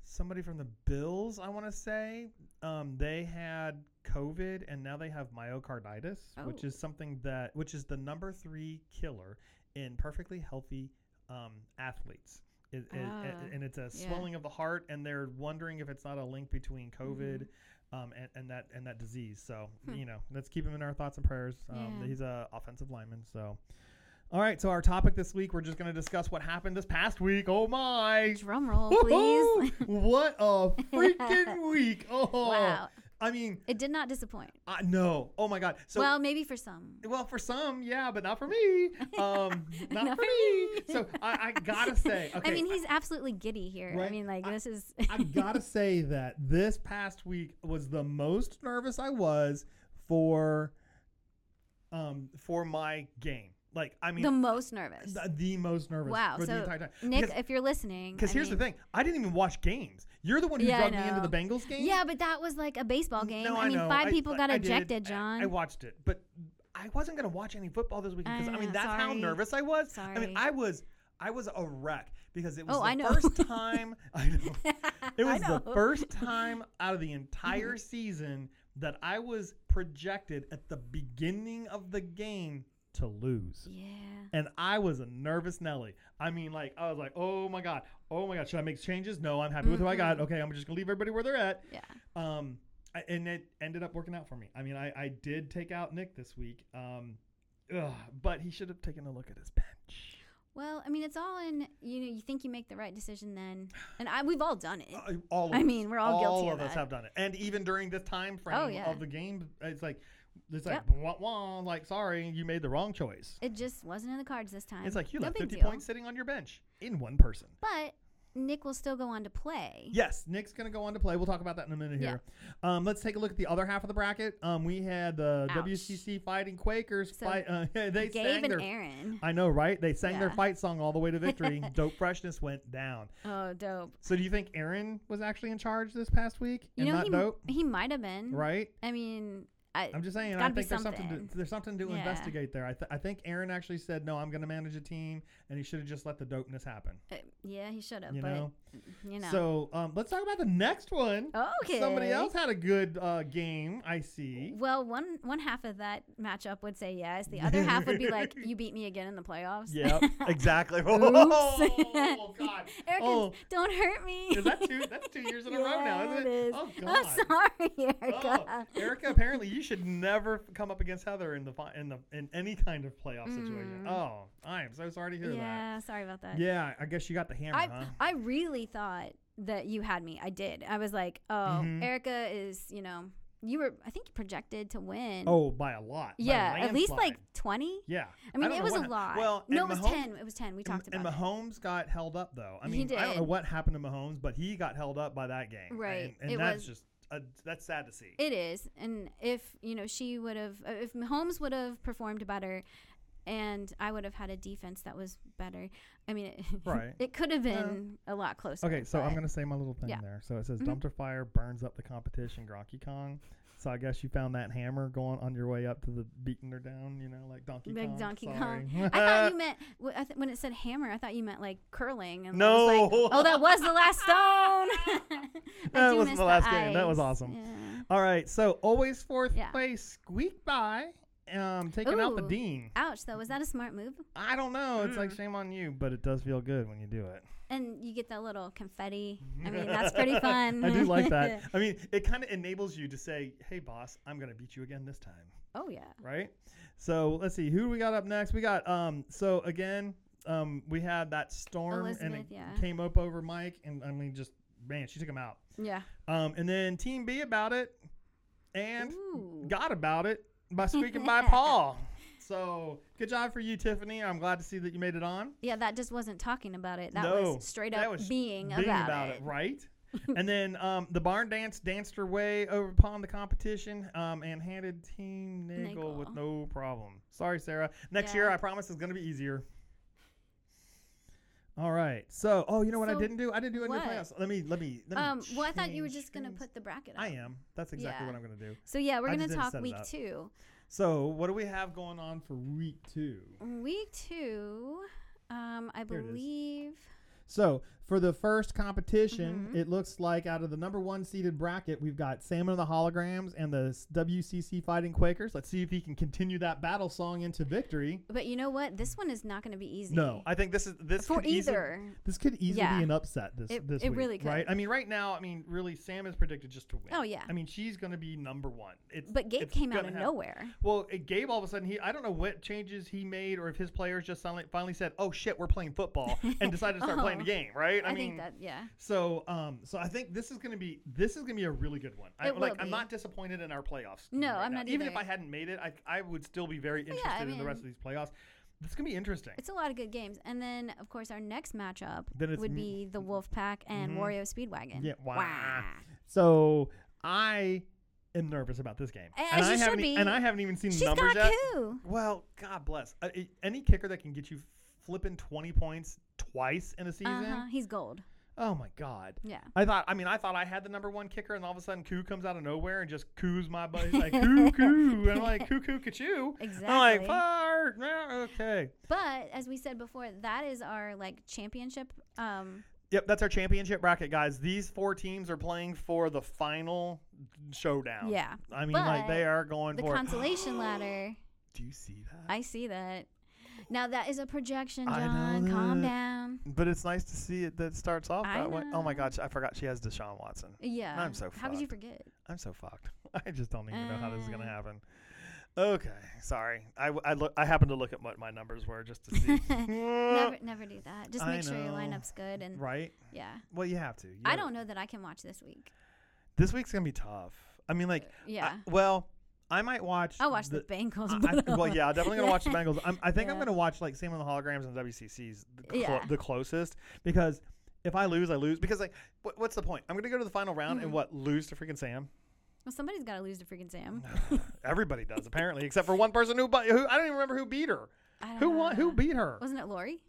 Speaker 1: somebody from the Bills, I want to say, um, they had COVID and now they have myocarditis, which
Speaker 2: Oh.
Speaker 1: is something that which is the number three killer in perfectly healthy um, athletes. It, it-
Speaker 2: Ah,
Speaker 1: and it's a
Speaker 2: yeah. Mm-hmm.
Speaker 1: swelling of the heart, and they're wondering if it's not a link between COVID um, and, and that and that disease. So
Speaker 2: Hmm.
Speaker 1: you know, let's keep him in our thoughts and prayers. Um,
Speaker 2: Yeah.
Speaker 1: He's a offensive lineman. So, all right. So our topic this week, we're just going to discuss what happened this past week. Oh my!
Speaker 2: Drum roll, please.
Speaker 1: Woohoo! what a freaking week! Oh,
Speaker 2: Wow.
Speaker 1: I mean,
Speaker 2: It did not disappoint.
Speaker 1: I, no. Oh my God. So
Speaker 2: well, maybe for some.
Speaker 1: well, for some, yeah, but not for me. Um, not,
Speaker 2: Not
Speaker 1: for
Speaker 2: for
Speaker 1: me. So I, I gotta say, okay,
Speaker 2: I mean, he's absolutely giddy here. I
Speaker 1: Right.
Speaker 2: mean, like
Speaker 1: I-
Speaker 2: this is.
Speaker 1: I gotta say that this past week was the most nervous I was for, um, for my game. Like, I mean,
Speaker 2: the most nervous.
Speaker 1: the, the most nervous
Speaker 2: Wow.
Speaker 1: for the
Speaker 2: So,
Speaker 1: entire time.
Speaker 2: Nick,
Speaker 1: because
Speaker 2: if you're listening,
Speaker 1: because
Speaker 2: I
Speaker 1: here's
Speaker 2: mean-
Speaker 1: the thing, I didn't even watch games. You're the one who
Speaker 2: Yeah, I
Speaker 1: dragged me into
Speaker 2: know.
Speaker 1: the Bengals game.
Speaker 2: Yeah, but that was like a baseball game.
Speaker 1: No,
Speaker 2: I mean,
Speaker 1: know.
Speaker 2: five
Speaker 1: I-
Speaker 2: people got
Speaker 1: I did.
Speaker 2: ejected,
Speaker 1: I-
Speaker 2: John.
Speaker 1: I, watched it, but I wasn't gonna watch any football this weekend because I,
Speaker 2: I
Speaker 1: mean
Speaker 2: know,
Speaker 1: that's how
Speaker 2: sorry.
Speaker 1: nervous I was. I mean,
Speaker 2: Sorry.
Speaker 1: I was I was a wreck because it was
Speaker 2: Oh,
Speaker 1: the
Speaker 2: I know.
Speaker 1: first time I know. It
Speaker 2: I
Speaker 1: was the
Speaker 2: know.
Speaker 1: first time out of the entire season that I was projected at the beginning of the game to lose.
Speaker 2: Yeah.
Speaker 1: And I was a nervous Nelly. I mean, like, I was like, oh my God, oh my God, should I make changes? No, I'm happy with who I got. Okay, I'm just gonna leave everybody where they're at.
Speaker 2: Mm-hmm. Yeah.
Speaker 1: Um, I- and it ended up working out for me. I mean, I, I did take out Nick this week, um, ugh, but he should have taken a look at his bench.
Speaker 2: Well, I mean, it's all in. You know, you think you make the right decision then, and I, we've all done it.
Speaker 1: Uh, all of
Speaker 2: I
Speaker 1: us.
Speaker 2: mean, we're all guilty
Speaker 1: All
Speaker 2: of
Speaker 1: of us
Speaker 2: that.
Speaker 1: have done it, and even during this time frame
Speaker 2: Oh, yeah.
Speaker 1: of the game, it's like it's like wah, wah, like sorry, you made the wrong choice.
Speaker 2: It just wasn't in the cards this time.
Speaker 1: It's like you
Speaker 2: no
Speaker 1: left
Speaker 2: big
Speaker 1: fifty
Speaker 2: deal.
Speaker 1: points sitting on your bench in one person.
Speaker 2: But Nick will still go on to play.
Speaker 1: Yes, Nick's gonna go on to play. We'll talk about that in a minute
Speaker 2: Yeah.
Speaker 1: here. Um, let's take a look at the other half of the bracket. Um, we had the
Speaker 2: Ouch.
Speaker 1: WCC fighting Quakers
Speaker 2: So,
Speaker 1: fight. Uh, they sang
Speaker 2: Gabe and
Speaker 1: their
Speaker 2: Aaron.
Speaker 1: I know, right? They sang their
Speaker 2: Yeah.
Speaker 1: fight song all the way to victory. Dope freshness went down.
Speaker 2: Oh, dope.
Speaker 1: So, do you think Aaron was actually in charge this past week
Speaker 2: You
Speaker 1: and
Speaker 2: know,
Speaker 1: not
Speaker 2: he,
Speaker 1: dope?
Speaker 2: he might have been.
Speaker 1: Right?
Speaker 2: I mean, I,
Speaker 1: I'm just saying. I
Speaker 2: gotta be
Speaker 1: think there's something.
Speaker 2: something.
Speaker 1: To, there's something to
Speaker 2: Yeah.
Speaker 1: investigate there. I, th- I think Aaron actually said, "No, I'm going to manage a team," and he should have just let the dopeness happen.
Speaker 2: uh, yeah, he should have.
Speaker 1: You
Speaker 2: but
Speaker 1: know?
Speaker 2: you know.
Speaker 1: So um, let's talk about the next one.
Speaker 2: okay.
Speaker 1: Somebody else had a good uh, game. I see.
Speaker 2: Well, one one half of that matchup would say yes. The other half would be like, "You beat me again in the playoffs."
Speaker 1: exactly.
Speaker 2: Oops.
Speaker 1: God.
Speaker 2: Eric,
Speaker 1: Oh.
Speaker 2: don't hurt me.
Speaker 1: Is that two? That's two years in a row now,
Speaker 2: Yeah,
Speaker 1: isn't it?
Speaker 2: it is.
Speaker 1: Oh God.
Speaker 2: I'm sorry, Erica.
Speaker 1: Oh, Erica, apparently you should never f- come up against Heather in the fi- in the in any kind of playoff situation.
Speaker 2: Mm.
Speaker 1: Oh, I am so sorry to hear
Speaker 2: yeah, sorry about
Speaker 1: that.
Speaker 2: that.
Speaker 1: Yeah, uh-huh. I guess you got the hammer,
Speaker 2: I
Speaker 1: huh?
Speaker 2: I really thought that you had me. I did. I was like, oh,
Speaker 1: Mhm.
Speaker 2: Erica is, you know, you were. I think projected to win.
Speaker 1: Oh, by a lot. by a
Speaker 2: yeah, at least like
Speaker 1: landslide.
Speaker 2: twenty.
Speaker 1: yeah.
Speaker 2: I mean,
Speaker 1: don't
Speaker 2: it
Speaker 1: know
Speaker 2: was a
Speaker 1: what hap-
Speaker 2: lot.
Speaker 1: Well,
Speaker 2: no, it
Speaker 1: and
Speaker 2: was
Speaker 1: Mahomes-
Speaker 2: ten. It was ten. We talked
Speaker 1: and,
Speaker 2: about
Speaker 1: and Mahomes got held up though. I
Speaker 2: He
Speaker 1: mean, I don't know
Speaker 2: did.
Speaker 1: what happened to Mahomes, but he got held up by that game.
Speaker 2: Right.
Speaker 1: And, and
Speaker 2: It
Speaker 1: that's
Speaker 2: was-
Speaker 1: just uh, that's sad to see.
Speaker 2: it. It is, and if you know, she would have. uh, If Mahomes would have performed better. And I would have had a defense that was better. I mean, it,
Speaker 1: Right. Uh,
Speaker 2: it could have been a lot closer.
Speaker 1: Okay, so I'm
Speaker 2: but-
Speaker 1: gonna say my little thing
Speaker 2: Yeah.
Speaker 1: there. So it says
Speaker 2: Mhm.
Speaker 1: dumpster fire burns up the competition, Gronky Kong. So I guess you found that hammer going on your way up to the beating her down, you know, like Donkey
Speaker 2: Like
Speaker 1: Kong.
Speaker 2: Donkey
Speaker 1: sorry.
Speaker 2: I thought
Speaker 1: Uh,
Speaker 2: you meant wh- I th- when it said hammer. I thought you meant like curling. And I was
Speaker 1: No.
Speaker 2: like, oh, that was the last stone. I
Speaker 1: That
Speaker 2: do
Speaker 1: was
Speaker 2: miss
Speaker 1: the last game. That was
Speaker 2: ice.
Speaker 1: awesome.
Speaker 2: Yeah.
Speaker 1: All right, so always fourth
Speaker 2: Yeah.
Speaker 1: place, squeak by, um, taking out the
Speaker 2: Ooh. Hmm.
Speaker 1: dean.
Speaker 2: Ouch, though. Was that a smart move?
Speaker 1: I don't know. It's like shame on you, but it does feel good when you do it.
Speaker 2: And you get that little confetti. I mean, that's pretty fun.
Speaker 1: Mm-hmm. I do like that.
Speaker 2: Mm-hmm.
Speaker 1: I mean, it kind of enables you to say, "Hey, boss, I'm gonna beat you again this time."
Speaker 2: oh yeah.
Speaker 1: right? So let's see who do we got up next. We got um. So again, um, we had that storm and it
Speaker 2: Elizabeth, yeah.
Speaker 1: came up over Mike, and I mean, just man, she took him out.
Speaker 2: Yeah.
Speaker 1: Um, and then Team B about it, and
Speaker 2: Ooh.
Speaker 1: got about it by squeaking by Paul. So good job for you, Tiffany. I'm glad to see that you made it on.
Speaker 2: Yeah, that just wasn't talking about it. That
Speaker 1: No,
Speaker 2: was straight
Speaker 1: that
Speaker 2: up
Speaker 1: was
Speaker 2: being,
Speaker 1: Being
Speaker 2: about,
Speaker 1: it, right? and then um, the barn dance danced her way over upon the competition um, and handed Team Nagel, with no problem. Sorry, Sarah. Next
Speaker 2: Yeah.
Speaker 1: year, I promise it's going to be easier. All right. So, oh, you know what I
Speaker 2: So,
Speaker 1: didn't do? I didn't do any
Speaker 2: what?
Speaker 1: playoffs. Let me, let me, let me.
Speaker 2: Um, well, I thought you were
Speaker 1: change
Speaker 2: just going to
Speaker 1: screens.
Speaker 2: put the bracket up.
Speaker 1: I am. That's exactly
Speaker 2: Yeah.
Speaker 1: what I'm going to do.
Speaker 2: So, yeah, we're
Speaker 1: I
Speaker 2: going
Speaker 1: just
Speaker 2: to
Speaker 1: didn't
Speaker 2: talk
Speaker 1: set it
Speaker 2: week
Speaker 1: up.
Speaker 2: two.
Speaker 1: So, what do we have going on for week two?
Speaker 2: Week two, um, I
Speaker 1: Here it is.
Speaker 2: believe.
Speaker 1: So for the first competition,
Speaker 2: Mm-hmm.
Speaker 1: it looks like out of the number one seeded bracket, we've got Salmon of the Holograms and the s- WCC Fighting Quakers. Let's see if he can continue that battle song into victory.
Speaker 2: But you know what? This one is not going to be easy.
Speaker 1: No, I think this is this
Speaker 2: for
Speaker 1: could easily-
Speaker 2: either.
Speaker 1: this could easily
Speaker 2: Yeah.
Speaker 1: be an upset. This
Speaker 2: It-
Speaker 1: this
Speaker 2: it
Speaker 1: week,
Speaker 2: really could.
Speaker 1: right. I mean, right now, I mean, really, Sam is predicted just to win.
Speaker 2: Oh, yeah.
Speaker 1: I mean, she's going to be number one. It's,
Speaker 2: But Gabe
Speaker 1: it's
Speaker 2: came out
Speaker 1: gonna
Speaker 2: of
Speaker 1: happen.
Speaker 2: nowhere.
Speaker 1: Well, it, Gabe all of a sudden he I don't know what changes he made or if his players just finally, finally said, "Oh shit, we're playing football," and decided to start playing the
Speaker 2: Oh.
Speaker 1: game. Right?
Speaker 2: I, think that yeah.
Speaker 1: So, um, so I think this is gonna be this is gonna be a really good one. I,
Speaker 2: It
Speaker 1: like,
Speaker 2: will
Speaker 1: I'm
Speaker 2: be.
Speaker 1: not disappointed in our playoffs.
Speaker 2: No,
Speaker 1: right
Speaker 2: I'm
Speaker 1: now.
Speaker 2: not
Speaker 1: Even if
Speaker 2: either.
Speaker 1: I hadn't made it, I I would still be very interested
Speaker 2: I
Speaker 1: in the rest of
Speaker 2: mean-
Speaker 1: these playoffs. It's gonna be interesting.
Speaker 2: It's a lot of good games. And then of course our next matchup
Speaker 1: Then it's
Speaker 2: would
Speaker 1: m-
Speaker 2: be the Wolfpack and
Speaker 1: Mhm.
Speaker 2: Wario Speedwagon.
Speaker 1: Yeah, wah.
Speaker 2: Wah.
Speaker 1: So I am nervous about this game,
Speaker 2: As
Speaker 1: and I
Speaker 2: you should
Speaker 1: haven't e-
Speaker 2: be.
Speaker 1: and I haven't even seen
Speaker 2: She's
Speaker 1: the numbers
Speaker 2: got
Speaker 1: yet.
Speaker 2: coup.
Speaker 1: Well, God bless uh, i- any kicker that can get you flipping 20 points twice in a season.
Speaker 2: Uh-huh. He's gold.
Speaker 1: Oh my God.
Speaker 2: Yeah.
Speaker 1: I thought, I mean, I thought I had the number one kicker, and all of a sudden, Koo comes out of nowhere and just coos my butt. He's like, Koo, Koo. And I'm like, Koo, Koo, Kachoo. I'm like,
Speaker 2: Exactly.
Speaker 1: fart. Yeah, okay.
Speaker 2: But as we said before, that is our like championship um
Speaker 1: Yep, that's our championship bracket, guys. These four teams are playing for the final showdown.
Speaker 2: Yeah.
Speaker 1: I mean, like,
Speaker 2: But
Speaker 1: they are going
Speaker 2: the
Speaker 1: for
Speaker 2: consolation ladder.
Speaker 1: Do you see that?
Speaker 2: I see that. Now that is a projection,
Speaker 1: I know
Speaker 2: John. Calm
Speaker 1: that.
Speaker 2: down.
Speaker 1: but it's nice to see it that it starts off
Speaker 2: I
Speaker 1: that way. Oh my
Speaker 2: know.
Speaker 1: gosh, I forgot she has Deshaun Watson.
Speaker 2: Yeah.
Speaker 1: I'm so
Speaker 2: How could you
Speaker 1: fucked.
Speaker 2: forget?
Speaker 1: I'm so fucked. I just don't even know how this is gonna
Speaker 2: Uh.
Speaker 1: happen. Okay, sorry. I w- I, look, I happened to look at what my numbers were just to see.
Speaker 2: Never never do that. Just
Speaker 1: Uh, I
Speaker 2: make sure your
Speaker 1: know.
Speaker 2: lineup's good and
Speaker 1: right?
Speaker 2: yeah.
Speaker 1: Well, you have to. You
Speaker 2: I
Speaker 1: gotta-
Speaker 2: don't know that I can watch this week.
Speaker 1: This week's gonna be tough. I mean, like, I-
Speaker 2: Yeah.
Speaker 1: well, I might watch.
Speaker 2: I'll watch the, Bengals.
Speaker 1: I-
Speaker 2: but
Speaker 1: I- well, yeah, I'm definitely gonna watch the
Speaker 2: Yeah.
Speaker 1: Bengals. I'm, I think I'm
Speaker 2: Yeah.
Speaker 1: gonna watch like Sam and the Holograms and WCC's the, clo-
Speaker 2: Yeah.
Speaker 1: the closest because if I lose, I lose. Because like, what, what's the point? I'm gonna go to the final round and
Speaker 2: Mhm.
Speaker 1: what lose to freaking Sam?
Speaker 2: Well, somebody's got to lose to freaking Sam.
Speaker 1: Everybody does apparently, except for one person who, bu- who I don't even remember who beat her.
Speaker 2: I don't
Speaker 1: Who won? Who
Speaker 2: know.
Speaker 1: beat her?
Speaker 2: Wasn't it Lori?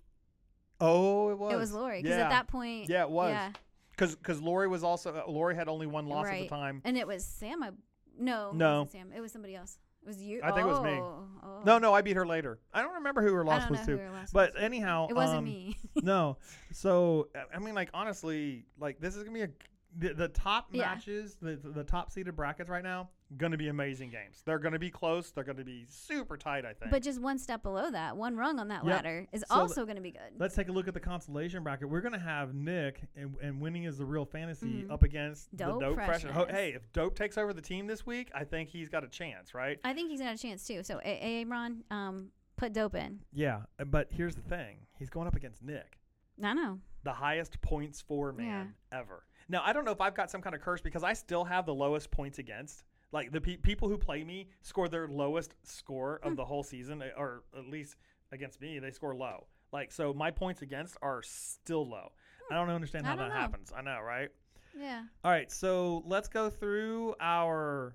Speaker 1: Oh, it was.
Speaker 2: Uh, It was Lori. Because
Speaker 1: yeah.
Speaker 2: at that point,
Speaker 1: yeah, it was.
Speaker 2: yeah,
Speaker 1: Because Lori was also uh, Lori had only one loss at
Speaker 2: right.
Speaker 1: the time.
Speaker 2: And it was Sam. I, No, it
Speaker 1: No.
Speaker 2: wasn't Sam. It was somebody else. It was you.
Speaker 1: I think it was me.
Speaker 2: Oh, oh.
Speaker 1: No, no, I beat her later. I don't remember who her
Speaker 2: I
Speaker 1: loss
Speaker 2: don't
Speaker 1: was
Speaker 2: know
Speaker 1: to.
Speaker 2: who her last
Speaker 1: But
Speaker 2: was.
Speaker 1: anyhow,
Speaker 2: It wasn't
Speaker 1: um,
Speaker 2: me.
Speaker 1: no. So I- I mean, like honestly, like this is gonna be a the, the top
Speaker 2: Yeah.
Speaker 1: matches, the the top seeded brackets right now, gonna be amazing games. They're gonna be close. They're gonna be super tight. I think.
Speaker 2: But just one step below that, one rung on that
Speaker 1: Yeah.
Speaker 2: ladder is
Speaker 1: So
Speaker 2: also going to be good.
Speaker 1: Let's take a look at the consolation bracket. We're gonna have Nick and, and winning is the real fantasy
Speaker 2: Mhm.
Speaker 1: up against
Speaker 2: Dope
Speaker 1: the dope Fresh. Ho-
Speaker 2: Freshness.
Speaker 1: Hey, if dope takes over the team this week, I think he's got a chance, right?
Speaker 2: I think he's going to have a chance too. So, A- Aaron, um, put dope in.
Speaker 1: Yeah, uh, but here's the thing: he's going up against Nick,
Speaker 2: I know.
Speaker 1: the highest points for man ever. Now, I don't know if I've got some kind of curse because I still have the lowest points against. Like the pe- people who play me score their lowest score
Speaker 2: Hmm.
Speaker 1: of the whole season, uh, or at least against me, they score low. Like so, my points against are still low. I don't understand
Speaker 2: Hmm. I
Speaker 1: how
Speaker 2: don't
Speaker 1: that
Speaker 2: know.
Speaker 1: happens. I know, right?
Speaker 2: Yeah.
Speaker 1: All right, so let's go through our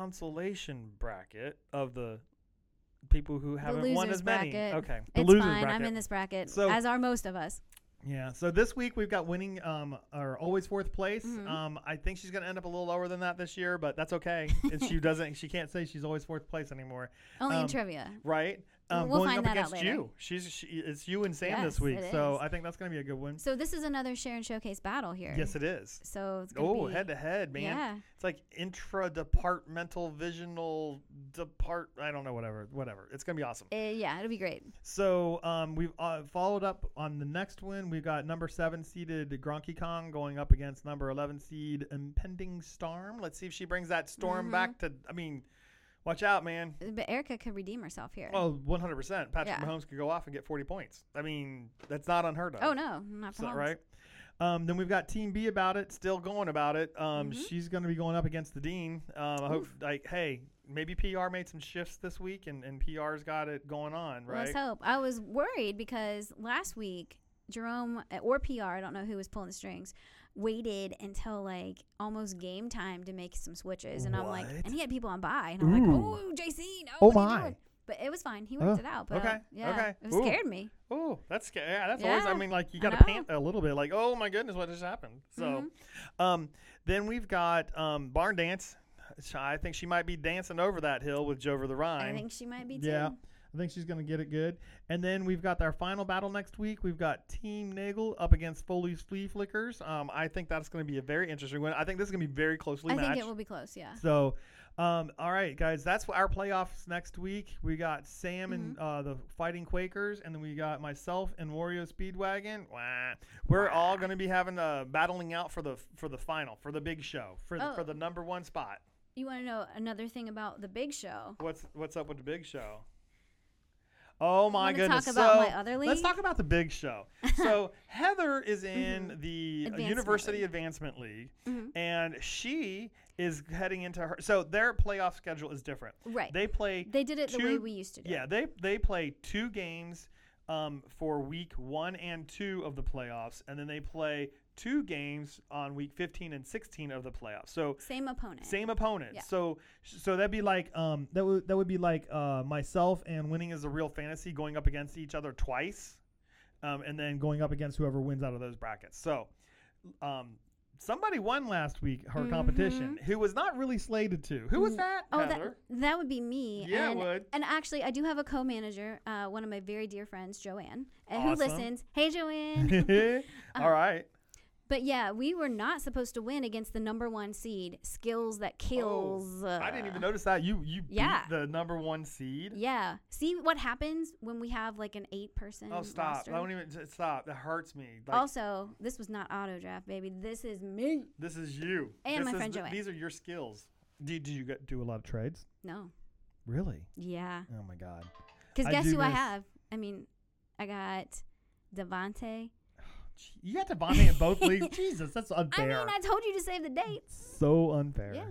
Speaker 1: consolation bracket of the people who haven't won
Speaker 2: losers
Speaker 1: as many.
Speaker 2: bracket.
Speaker 1: Okay,
Speaker 2: it's
Speaker 1: losers
Speaker 2: fine. I'm
Speaker 1: bracket.
Speaker 2: in this bracket,
Speaker 1: So-
Speaker 2: as are most of us.
Speaker 1: Yeah. So this week we've got winning um our always fourth place.
Speaker 2: Mhm.
Speaker 1: Um I think she's gonna end up a little lower than that this year, but that's okay. if she doesn't she can't say she's always fourth place anymore.
Speaker 2: Only
Speaker 1: Um,
Speaker 2: in trivia.
Speaker 1: Right? Um
Speaker 2: We'll
Speaker 1: going
Speaker 2: find
Speaker 1: up
Speaker 2: that out
Speaker 1: against
Speaker 2: later.
Speaker 1: you. She's she, it's you and Sam this
Speaker 2: Yes,
Speaker 1: week.
Speaker 2: it
Speaker 1: So
Speaker 2: is.
Speaker 1: I think that's gonna be a good one.
Speaker 2: So this is another share and showcase battle here.
Speaker 1: Yes it is.
Speaker 2: So it's gonna
Speaker 1: Oh,
Speaker 2: be
Speaker 1: head to head, man.
Speaker 2: Yeah.
Speaker 1: It's like intra departmental visional depart I don't know, whatever. Whatever. It's gonna be awesome.
Speaker 2: Uh, yeah, it'll be great.
Speaker 1: So um, we've uh, followed up on the next one. We've got number seven seeded Gronky Kong going up against number eleven seed Impending Storm. Let's see if she brings that storm
Speaker 2: Mhm.
Speaker 1: back to. I mean, watch out, man.
Speaker 2: Uh, But Erica could redeem herself here.
Speaker 1: Well, one hundred percent. Patrick
Speaker 2: Yeah.
Speaker 1: Mahomes could go off and get forty points. I mean, that's not unheard of.
Speaker 2: oh no, not
Speaker 1: So,
Speaker 2: so,
Speaker 1: right. Um, then we've got Team B about it, still going about it. Um,
Speaker 2: Mhm.
Speaker 1: She's going to be going up against the dean. Um, I hope, like, hey, maybe PR made some shifts this week, and, and PR's got it going on, right?
Speaker 2: Let's hope. I was worried because last week Jerome uh, or PR, I don't know who was pulling the strings, waited until like almost game time to make some switches, and I'm like,
Speaker 1: What?
Speaker 2: and he had people on by, and I'm like,
Speaker 1: Ooh.
Speaker 2: oh, JC, no,
Speaker 1: Oh,
Speaker 2: what are you
Speaker 1: my.
Speaker 2: doing?" But it was fine. He worked it
Speaker 1: Oh,
Speaker 2: out. But uh,
Speaker 1: okay,
Speaker 2: yeah,
Speaker 1: okay.
Speaker 2: it
Speaker 1: Ooh.
Speaker 2: scared me.
Speaker 1: Oh, that's sca- yeah. That's always. I
Speaker 2: Yeah,
Speaker 1: mean, like you
Speaker 2: I
Speaker 1: got to
Speaker 2: know.
Speaker 1: pant a little bit. Like, oh my goodness, what just happened? So,
Speaker 2: Mm-hmm.
Speaker 1: um, then we've got um, barn dance. Sh- I think she might be dancing over that hill with Jover the Rhine.
Speaker 2: I think she might be too.
Speaker 1: yeah, I think she's gonna get it good. And then we've got our final battle next week. We've got Team Nagel up against Foley's Flea Flickers. Um, I think that's gonna be a very interesting one. I think this is gonna be very closely
Speaker 2: I
Speaker 1: matched.
Speaker 2: think it will be close. Yeah.
Speaker 1: So, um, all right, guys, that's wh- our playoffs next week. We got Sam
Speaker 2: Mm-hmm.
Speaker 1: and uh, the Fighting Quakers, and then we got myself and Wario Speedwagon. Wah. We're all going to be having a battling out for the for the final, for the big show, for the, for
Speaker 2: Oh.
Speaker 1: the number one spot.
Speaker 2: You want to know another thing about the Big Show?
Speaker 1: What's what's up with the big show? Oh my
Speaker 2: wanna talk
Speaker 1: goodness!
Speaker 2: about
Speaker 1: so
Speaker 2: my other
Speaker 1: let's
Speaker 2: league? Mm-hmm.
Speaker 1: talk about the big show. So Heather is in the uh,
Speaker 2: Advancement
Speaker 1: University
Speaker 2: League.
Speaker 1: Advancement League,
Speaker 2: Mhm.
Speaker 1: and she is heading into her. So their playoff schedule is different.
Speaker 2: Right.
Speaker 1: They play.
Speaker 2: They did it the way
Speaker 1: two-
Speaker 2: we used to do.
Speaker 1: Yeah,
Speaker 2: it.
Speaker 1: they they play two games um, for week one and two of the playoffs, and then they play two games on week fifteen and sixteen of the playoffs. So
Speaker 2: Same opponent.
Speaker 1: same opponent.
Speaker 2: Yeah.
Speaker 1: So so that'd be like um that would that would be like uh myself and winning is a real fantasy going up against each other twice, um and then going up against whoever wins out of those brackets. So, um. Somebody won last week her competition who was not really slated to. Who was that?
Speaker 2: Mm-hmm. Oh, that,
Speaker 1: Heather?
Speaker 2: that would be me.
Speaker 1: Yeah, it
Speaker 2: and,
Speaker 1: would.
Speaker 2: And actually, I do have a co-manager, uh, one of my very dear friends, Joanne, uh, who
Speaker 1: Awesome.
Speaker 2: listens. Hey, Joanne. Uh,
Speaker 1: All right.
Speaker 2: but yeah, we were not supposed to win against the number one seed, Skills That Kills.
Speaker 1: Oh, I didn't even
Speaker 2: uh,
Speaker 1: notice that. You you
Speaker 2: yeah.
Speaker 1: beat the number one seed.
Speaker 2: Yeah. See what happens when we have like an eight-person.
Speaker 1: Oh stop!
Speaker 2: roster?
Speaker 1: I don't even just stop. That hurts me. Like
Speaker 2: also, this was not auto draft, baby. This is me.
Speaker 1: this is you.
Speaker 2: And
Speaker 1: This
Speaker 2: my
Speaker 1: is
Speaker 2: friend
Speaker 1: the-
Speaker 2: Joanne.
Speaker 1: These are your skills. Do, do you get, do a lot of trades?
Speaker 2: No.
Speaker 1: Really?
Speaker 2: Yeah.
Speaker 1: Oh my god. I
Speaker 2: Because guess
Speaker 1: do
Speaker 2: who I
Speaker 1: miss-
Speaker 2: have? I mean, I got Devante.
Speaker 1: Gee, You got to vomit in both leagues. Jesus, that's
Speaker 2: I mean,
Speaker 1: unfair.
Speaker 2: I told you to save the dates.
Speaker 1: so unfair.
Speaker 2: Yeah.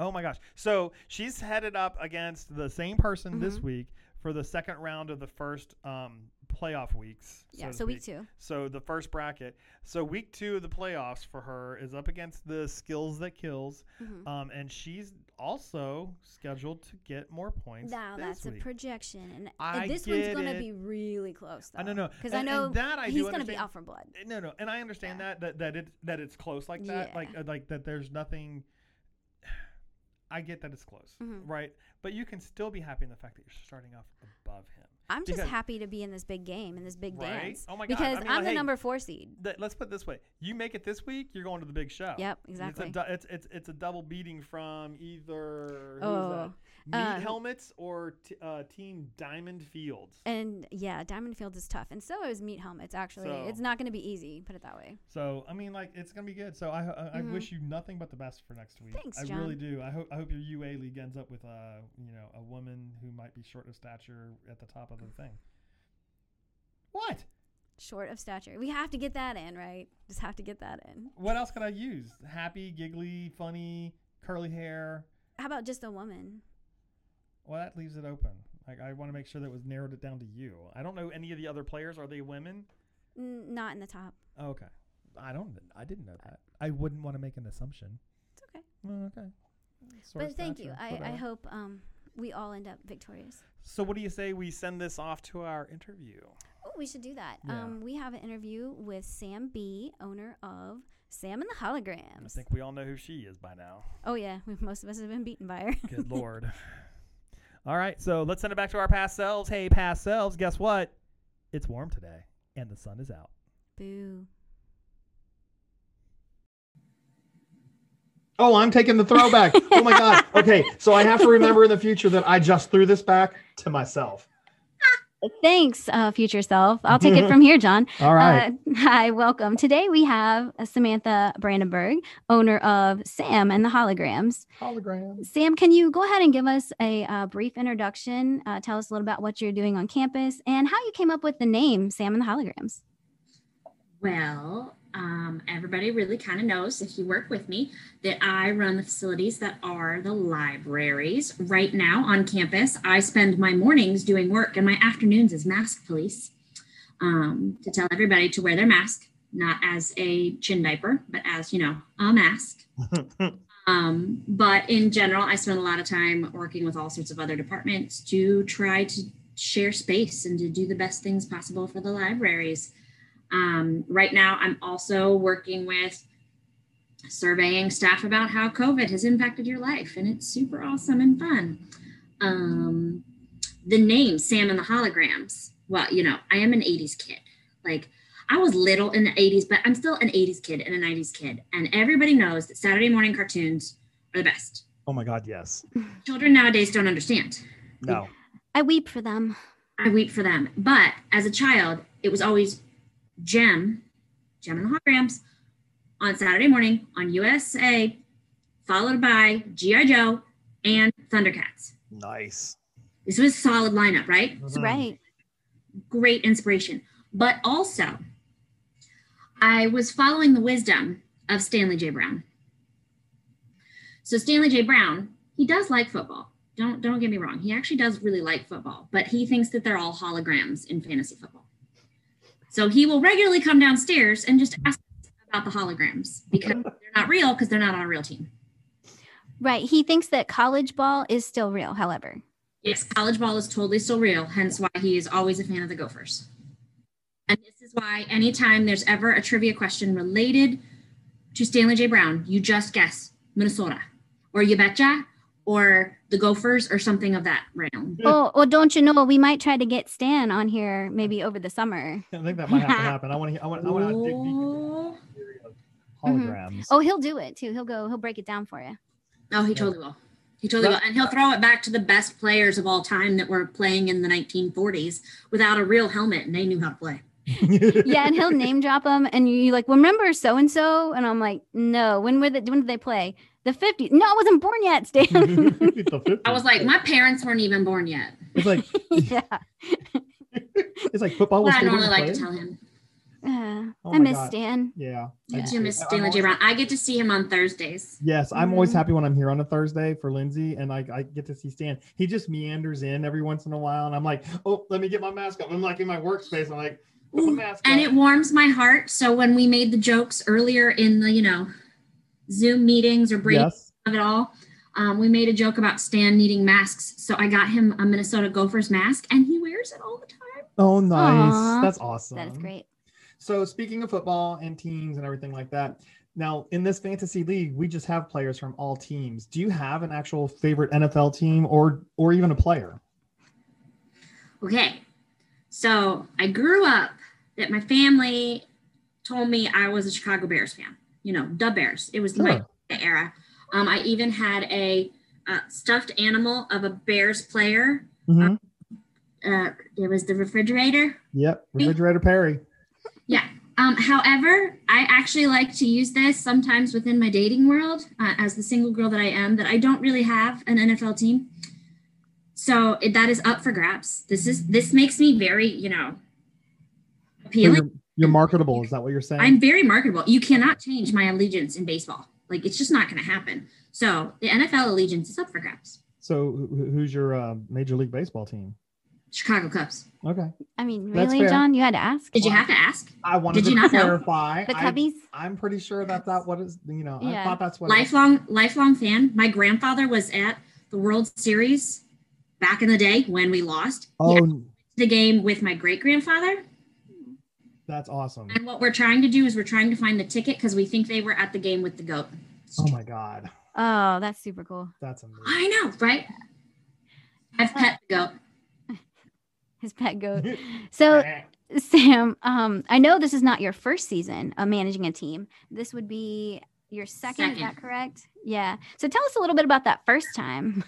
Speaker 1: Oh my gosh. So she's headed up against the same person this
Speaker 2: Mhm.
Speaker 1: week for the second round of the first um, playoff weeks.
Speaker 2: Yeah,
Speaker 1: to
Speaker 2: so week
Speaker 1: speak.
Speaker 2: two.
Speaker 1: So the first bracket. So week two of the playoffs for her is up against the skills that kills,
Speaker 2: Mhm.
Speaker 1: um, and she's also scheduled to get more points.
Speaker 2: Now
Speaker 1: this
Speaker 2: that's
Speaker 1: week.
Speaker 2: a projection, and, and
Speaker 1: I
Speaker 2: this one's
Speaker 1: get
Speaker 2: gonna
Speaker 1: it.
Speaker 2: be really close. Though,
Speaker 1: I don't know.
Speaker 2: because I
Speaker 1: And-
Speaker 2: know
Speaker 1: and that I do
Speaker 2: he's gonna be
Speaker 1: understand.
Speaker 2: out for blood.
Speaker 1: Eh, No, no, and I understand that that that it that it's close like that,
Speaker 2: Yeah.
Speaker 1: like uh, like that. There's nothing. I get that it's close,
Speaker 2: Mhm.
Speaker 1: right? But you can still be happy in the fact that you're starting off above him.
Speaker 2: I'm just
Speaker 1: Because-
Speaker 2: happy to be in this big game in this big
Speaker 1: Right?
Speaker 2: dance.
Speaker 1: Oh my God, I
Speaker 2: Because
Speaker 1: mean,
Speaker 2: I'm
Speaker 1: like,
Speaker 2: the
Speaker 1: hey,
Speaker 2: number four seed.
Speaker 1: Th- let's put it this way: you make it this week, you're going to the big show.
Speaker 2: Yep,
Speaker 1: It's
Speaker 2: exactly.
Speaker 1: a, du- it's, it's it's a double beating from either who was
Speaker 2: Oh,
Speaker 1: that? Meat
Speaker 2: um,
Speaker 1: helmets or t- uh, Team Diamond Fields.
Speaker 2: and yeah, Diamond Fields is tough, and so is Meat Helmets. Actually,
Speaker 1: So-
Speaker 2: it's not going to be easy. Put it that way.
Speaker 1: So I mean, like it's gonna be good. So I I, I
Speaker 2: Mhm.
Speaker 1: wish you nothing but the best for next week.
Speaker 2: Thanks,
Speaker 1: I really do. I hope I hope your UA league ends up with uh you know a woman who might be short of stature at the top of the thing. What?
Speaker 2: Short of stature, we have to get that in right. Just have to get that in.
Speaker 1: What else could I use? Happy, giggly, funny, curly hair.
Speaker 2: How about just a woman?
Speaker 1: Well, that leaves it open. Like I want to make sure that was narrowed it down to you. I don't know any of the other players. Are they women? Oh,
Speaker 2: N- not in the top.
Speaker 1: Okay. I don't. I didn't know that. I wouldn't want to make an assumption.
Speaker 2: It's okay.
Speaker 1: Well, okay. Sort of
Speaker 2: but thank you.
Speaker 1: stature,
Speaker 2: I, I
Speaker 1: whatever.
Speaker 2: hope um, we all end up victorious.
Speaker 1: So what do you say we send this off to our interview?
Speaker 2: Oh, we should do that.
Speaker 1: Yeah.
Speaker 2: Um, we have an interview with Sam B, owner of Sam and the
Speaker 1: I
Speaker 2: Holograms.
Speaker 1: think we all know who she is by now.
Speaker 2: Oh yeah, we, most of us have been beaten by her.
Speaker 1: Good lord. All right, so let's send it back to our past selves. Hey, past selves, guess what? It's warm today, and the sun is out.
Speaker 2: Boo.
Speaker 3: Oh, I'm taking the throwback. oh my god. Okay, so I have to remember in the future that I just threw this back to myself.
Speaker 2: Thanks, uh, future self. I'll take it from here, John.
Speaker 3: All right.
Speaker 2: Uh, hi, welcome. Today we have uh, Samantha Brandenburg, owner of Sam and the Holograms.
Speaker 3: Hologram.
Speaker 2: Sam, can you go ahead and give us a uh, brief introduction? Uh, tell us a little about what you're doing on campus and how you came up with the name Sam and the Holograms.
Speaker 4: Well, um, everybody really kind of knows if you work with me that I run the facilities that are the libraries. Right now on campus, I spend my mornings doing work and my afternoons as mask police um, to tell everybody to wear their mask, not as a chin diaper, but as, you know, a mask. Um, but in general, I spend a lot of time working with all sorts of other departments to try to share space and to do the best things possible for the libraries. Um, right now, I'm also working with surveying staff about how COVID has impacted your life, and it's super awesome and fun. Um, the name Sam and the Holograms. Well, you know, I am an 80s kid. Like, I was little in the 80s, but I'm still an 80s kid and a 90s kid. And everybody knows that Saturday morning cartoons are the best.
Speaker 3: Oh my god, yes.
Speaker 4: Children nowadays don't understand.
Speaker 3: No.
Speaker 2: I weep for them.
Speaker 4: I weep for them. But as a child, it was always Gem, Gem and the Holograms on Saturday morning on USA, followed by G.I. Joe and Thundercats.
Speaker 3: Nice.
Speaker 4: This was a solid lineup, right?
Speaker 2: That's right.
Speaker 4: Great inspiration. But also, I was following the wisdom of Stanley J. Brown. So Stanley J. Brown, he does like football. Don't don't get me wrong. He actually does really like football, but he thinks that they're all holograms in fantasy football. So he will regularly come downstairs and just ask us about the holograms because they're not real because they're not on a real team.
Speaker 2: Right. He thinks that college ball is still real, however.
Speaker 4: Yes, college ball is totally still real, hence why he is always a fan of the Gophers. And this is why anytime there's ever a trivia question related to Stanley J. Brown, you just guess Minnesota or you betcha or the Gophers or something of that realm.
Speaker 3: Hmm.
Speaker 2: oh, well, don't you know? We might try to get Stan on here maybe over the summer.
Speaker 3: Mm-hmm. I think that might have to happen. I want to hear I want I want to dig deep into
Speaker 4: Oh,
Speaker 3: the theory of
Speaker 2: Mhm.
Speaker 3: holograms.
Speaker 2: Oh, he'll do it too. He'll go, he'll break it down for you.
Speaker 4: Oh, he totally will. He totally will. And he'll throw it back to the best players of all time that were playing in the 1940s without a real helmet and they knew how to play.
Speaker 2: yeah, and he'll name drop them, and you like remember so and so, and I'm like, no. When were they? When did they play? The 50s. No, I wasn't born yet, Stan.
Speaker 3: The 50s.
Speaker 4: I was like, my parents weren't even born yet.
Speaker 3: it's like
Speaker 2: yeah,
Speaker 3: it's like football was
Speaker 4: What I
Speaker 3: still
Speaker 4: normally
Speaker 3: being
Speaker 4: like to
Speaker 3: played?
Speaker 4: tell him.
Speaker 2: uh,
Speaker 3: Oh
Speaker 2: I
Speaker 3: my
Speaker 2: miss
Speaker 3: God.
Speaker 2: Stan.
Speaker 3: Yeah.
Speaker 4: I
Speaker 2: Yeah.
Speaker 4: do miss
Speaker 3: I'm
Speaker 4: Stanley J.
Speaker 3: always-
Speaker 4: Brown. I get to see him on Thursdays.
Speaker 3: Yes, I'm always
Speaker 2: Mhm.
Speaker 4: Mm-hmm.
Speaker 3: happy when I'm here on a Thursday for Lindsay, and I, I get to see Stan. He just meanders in every once in a while, and I'm like, oh, let me get my mask up. I'm like in my workspace. I'm like, put my
Speaker 4: Ooh,
Speaker 3: mask
Speaker 4: And
Speaker 3: up.
Speaker 4: it warms my heart. So when we made the jokes earlier in the, you know, Zoom meetings or break
Speaker 3: yes.
Speaker 4: of it all, um, we made a joke about Stan needing masks. So I got him a Minnesota Gophers mask and he wears it all the time.
Speaker 3: Oh, nice.
Speaker 2: Aw.
Speaker 3: That's awesome.
Speaker 2: That is great.
Speaker 3: So speaking of football and teams and everything like that, Now, in this fantasy league, we just have players from all teams. Do you have an actual favorite NFL team or or even a player?
Speaker 4: Okay. So I grew up that my family told me I was a Chicago Bears fan. You know, the Bears. It was my
Speaker 3: Sure.
Speaker 4: era. Um, I even had a uh, stuffed animal of a Bears player.
Speaker 3: Mhm.
Speaker 4: Uh, it was the refrigerator.
Speaker 3: Yep, refrigerator Perry.
Speaker 4: Um, however, I actually like to use this sometimes within my dating world uh, as the single girl that I am, that I don't really have an NFL team. So it, that is up for grabs. This is this makes me very, you know,
Speaker 3: So
Speaker 4: appealing.
Speaker 3: you're, you're marketable. Is that what you're saying?
Speaker 4: I'm very marketable. You cannot change my allegiance in baseball. Like it's just not going to happen. So the NFL allegiance is up for grabs.
Speaker 3: so who- who's your uh, major league baseball team?
Speaker 4: Chicago Cubs.
Speaker 3: Okay,
Speaker 2: I mean,
Speaker 3: That's
Speaker 2: really,
Speaker 3: fair.
Speaker 2: John? You had to ask.
Speaker 4: Did you have to ask?
Speaker 3: I wanted
Speaker 4: Did you
Speaker 3: to
Speaker 4: not know?
Speaker 3: clarify.
Speaker 2: the
Speaker 3: I,
Speaker 2: Cubbies?
Speaker 3: I'm pretty sure that's not what is. You know, I
Speaker 2: Yeah.
Speaker 3: thought that's what. it-
Speaker 4: Lifelong lifelong fan. My grandfather was at the World Series back in the day when we lost. He
Speaker 3: oh,
Speaker 4: the game with my great grandfather.
Speaker 3: that's awesome.
Speaker 4: And what we're trying to do is we're trying to find the ticket because we think they were at the game with the goat.
Speaker 3: Oh my god,
Speaker 2: Oh, that's super cool.
Speaker 3: that's amazing.
Speaker 4: I know, right? I've pet the goat.
Speaker 2: His pet goat. So, Sam, um, I know this is not your first season of managing a team. This would be your second, Is
Speaker 4: Second.
Speaker 2: that correct? Yeah. So tell us a little bit about that first time.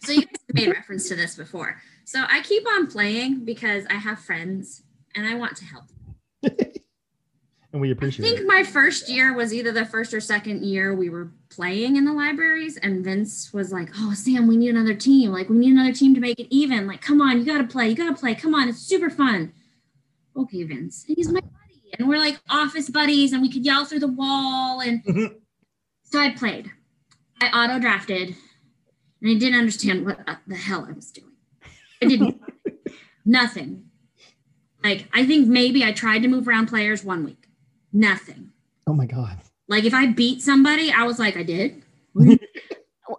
Speaker 4: so you guys have made reference to this before. So I keep on playing because I have friends and I want to help.
Speaker 3: and we
Speaker 4: I
Speaker 3: appreciate
Speaker 4: think
Speaker 3: it.
Speaker 4: my first year was either the first or second year we were playing in the libraries, and Vince was like, "Oh, Sam, we need another team. Like, we need another team to make it even. Like, come on, you gotta play. You gotta play. Come on, it's super fun." Okay, Vince. And he's my buddy, and we're like office buddies, and we could yell through the wall. And
Speaker 3: Mhm.
Speaker 4: so I played. I auto drafted, and I didn't understand what uh, the hell I was doing. I didn't nothing. Like, I think maybe I tried to move around players one week. Nothing.
Speaker 3: Oh my god.
Speaker 4: Like if I beat somebody, I was like, I did.
Speaker 2: Well,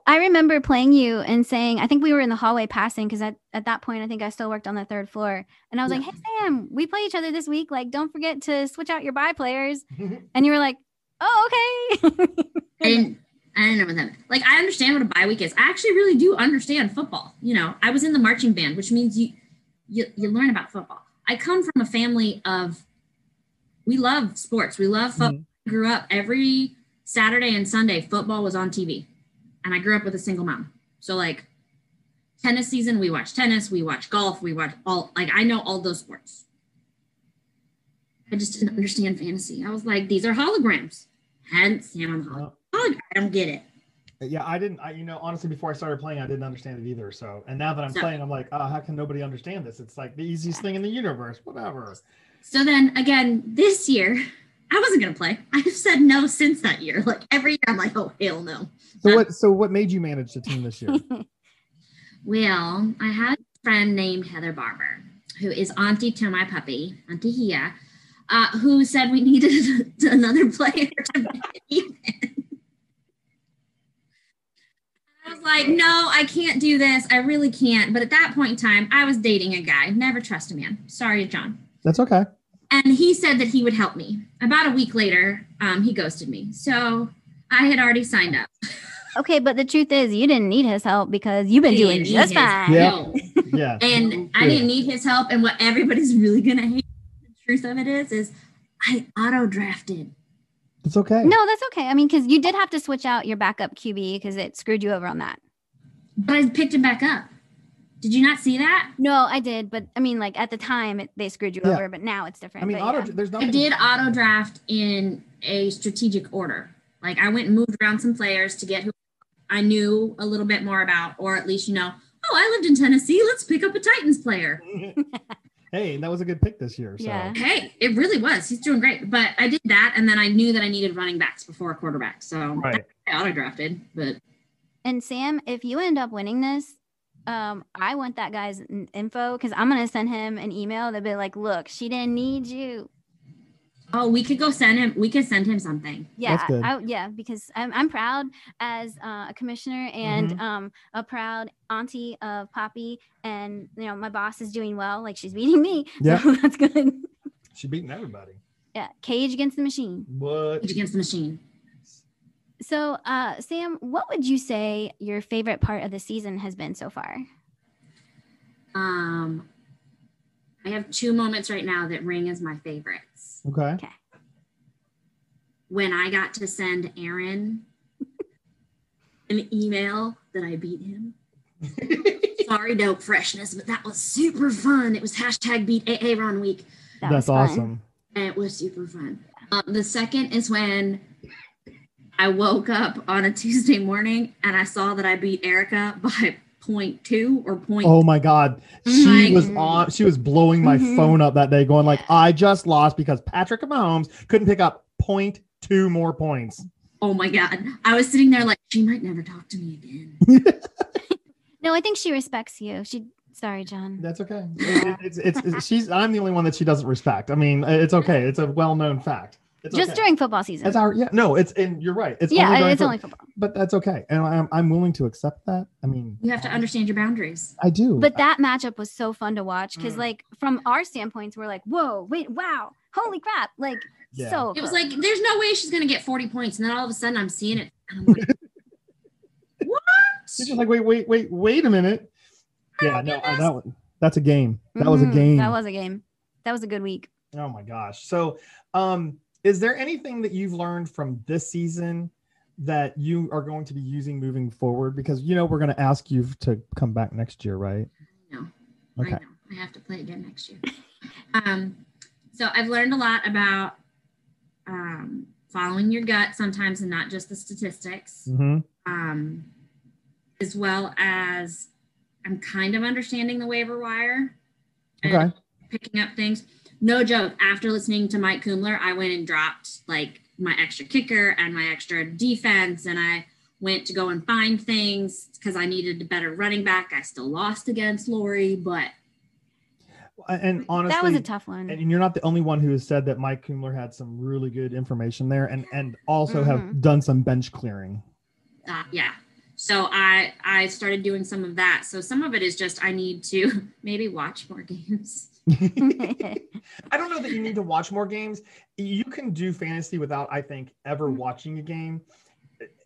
Speaker 2: I remember playing you and saying, I think we were in the hallway passing because at, at that point, I think I still worked on the third floor. And I was like, hey, Sam, we play each other this week. Like, don't forget to switch out your bye players.
Speaker 3: Mm-hmm.
Speaker 2: And you were like, oh, okay.
Speaker 4: I didn't. I didn't know what that meant. Like I understand what a bye week is. I actually really do understand football. You know, I was in the marching band, which means you you you learn about football. I come from a family of we love sports. We love football. I grew up every Saturday and Sunday football was on TV. And I grew up with a single mom. So like tennis season, we watch tennis, we watch golf, we watch all like I know all those sports. I just didn't understand fantasy. I was like, these are holograms. Hence Sam on the hologram.
Speaker 3: Well,
Speaker 4: I don't get it.
Speaker 3: Yeah, I didn't. I, you know, honestly, before I started playing, I didn't understand it either. So, and now that I'm
Speaker 4: So-
Speaker 3: playing, I'm like, oh, how can nobody understand this? It's like the easiest thing in the universe. Whatever.
Speaker 4: So then again, this year, I wasn't gonna play. I've said no since that year. Like every year I'm like, oh hell no.
Speaker 3: So what? So what made you manage the team this year?
Speaker 4: Well, I had a friend named Heather Barber, who is auntie to my puppy, Auntie Hia, uh, who said we needed another player to make it even. I was like, no, I can't do this. I really can't. But at that point in time, I was dating a guy. Never trust a man. Sorry, John.
Speaker 3: That's okay.
Speaker 4: And he said that he would help me. About a week later, um, he ghosted me. So I had already signed up.
Speaker 2: okay. But the truth is, you didn't need his help because you've been doing
Speaker 4: Didn't need
Speaker 2: just
Speaker 4: his
Speaker 2: fine.
Speaker 3: Yeah.
Speaker 4: help.
Speaker 3: Yeah.
Speaker 4: and
Speaker 1: Mm-hmm.
Speaker 4: I
Speaker 3: Yeah.
Speaker 4: didn't need his help. And what everybody's really gonna hate, the truth of it is, is I auto drafted.
Speaker 3: It's okay.
Speaker 2: No, that's okay. I mean, because you did have to switch out your backup QB because it screwed you over on that.
Speaker 4: But I picked him back up. Did you not see that?
Speaker 2: No, I did, but I mean, like at the time it, they screwed you
Speaker 3: Yeah.
Speaker 2: over, but now it's different.
Speaker 3: I mean,
Speaker 2: but
Speaker 3: auto.
Speaker 2: yeah.
Speaker 3: There's
Speaker 4: I
Speaker 3: nothing.
Speaker 4: did auto draft in a strategic order. Like I went and moved around some players to get who I knew a little bit more about, or at least you know, oh, I lived in Tennessee. Let's pick up a Titans player.
Speaker 3: hey, that was a good pick this year. So.
Speaker 2: Yeah.
Speaker 4: Hey, it really was. He's doing great. But I did that, and then I knew that I needed running backs before a quarterback. So
Speaker 3: Right.
Speaker 4: I auto drafted, but
Speaker 2: And Sam, if you end up winning this, um, I want that guy's n- info because I'm gonna send him an email that'll be like, "Look, she didn't need you."
Speaker 4: Oh, we could go send him. We could send him something.
Speaker 2: Yeah,
Speaker 3: good.
Speaker 2: I, yeah, because I'm, I'm proud as uh, a commissioner and um, a proud auntie of Poppy, and you know my boss is doing well. Like she's beating me,
Speaker 3: Yeah.
Speaker 2: so that's good.
Speaker 3: She beating everybody.
Speaker 2: Yeah, Cage Against the Machine.
Speaker 1: What?
Speaker 4: Rage Against the Machine.
Speaker 2: So, uh, Sam, what would you say your favorite part of the season has been so far?
Speaker 4: Um, I have two moments right now that ring as my favorites.
Speaker 1: Okay.
Speaker 4: When I got to send Aaron an email that I beat him. Sorry, dope freshness, but that was super fun. It was hashtag beat Aaron week.
Speaker 2: That was
Speaker 1: That's
Speaker 2: fun.
Speaker 1: awesome.
Speaker 4: and it was super fun. Um, the second is when I woke up on a Tuesday morning and I saw that I beat Erica by point two or point.
Speaker 1: Oh my God. She
Speaker 4: Mhm.
Speaker 1: was on, she was blowing my
Speaker 2: Mhm.
Speaker 1: phone up that day, going like, I just lost because Patrick Mahomes couldn't pick up point two more points.
Speaker 4: oh my god! I was sitting there like she might never talk to me again.
Speaker 2: No, I think she respects you. She. Sorry, John.
Speaker 1: That's okay. It- it's, it's, it's- she's, I'm the only one that she doesn't respect. I mean, it's okay. It's a well known fact. It's
Speaker 2: Just
Speaker 1: okay.
Speaker 2: during football season.
Speaker 1: It's our, yeah, no, it's, and you're right. It's
Speaker 2: yeah,
Speaker 1: only during
Speaker 2: it's
Speaker 1: foot-
Speaker 2: only football.
Speaker 1: but that's okay. And I'm, I'm willing to accept that. I mean,
Speaker 4: You have to understand your boundaries.
Speaker 1: I do.
Speaker 2: But that matchup was so fun to watch because,
Speaker 1: Mm.
Speaker 2: like, from our standpoints, we're like, "Whoa, wait, wow, holy crap!" Like,
Speaker 1: Yeah.
Speaker 2: so
Speaker 4: It was
Speaker 2: close.
Speaker 4: like there's no way she's gonna get 40 points, and then all of a sudden I'm seeing it. And I'm like, what?
Speaker 1: You're just like, wait, wait, wait, wait a minute. Yeah, no, I- that one, that's a game. That was a
Speaker 2: Mhm,
Speaker 1: game.
Speaker 2: Oh, That was a game. That was a good week.
Speaker 1: oh my gosh. So, um, is there anything that you've learned from this season that you are going to be using moving forward? Because you know we're going to ask you to come back next year, right?
Speaker 4: No. I
Speaker 1: Okay.
Speaker 4: know. I have to play again next year. um, so I've learned a lot about um, following your gut sometimes and not just the statistics,
Speaker 1: Mm-hmm.
Speaker 4: um, as well as I'm kind of understanding the waiver wire and
Speaker 1: Okay.
Speaker 4: picking up things. No joke. After listening to Mike Kumler, I went and dropped like my extra kicker and my extra defense, and I went to go and find things because I needed a better running back. I still lost against Lori, but
Speaker 1: And honestly,
Speaker 2: that was a tough one.
Speaker 1: and you're not the only one who has said that Mike Kumler had some really good information there, and and also have
Speaker 2: Mhm.
Speaker 1: done some bench clearing.
Speaker 4: uh, yeah so i i started doing some of that so some of it is just i need to maybe watch more games
Speaker 1: I don't know that you need to watch more games. You can do fantasy without, I think, ever watching a game.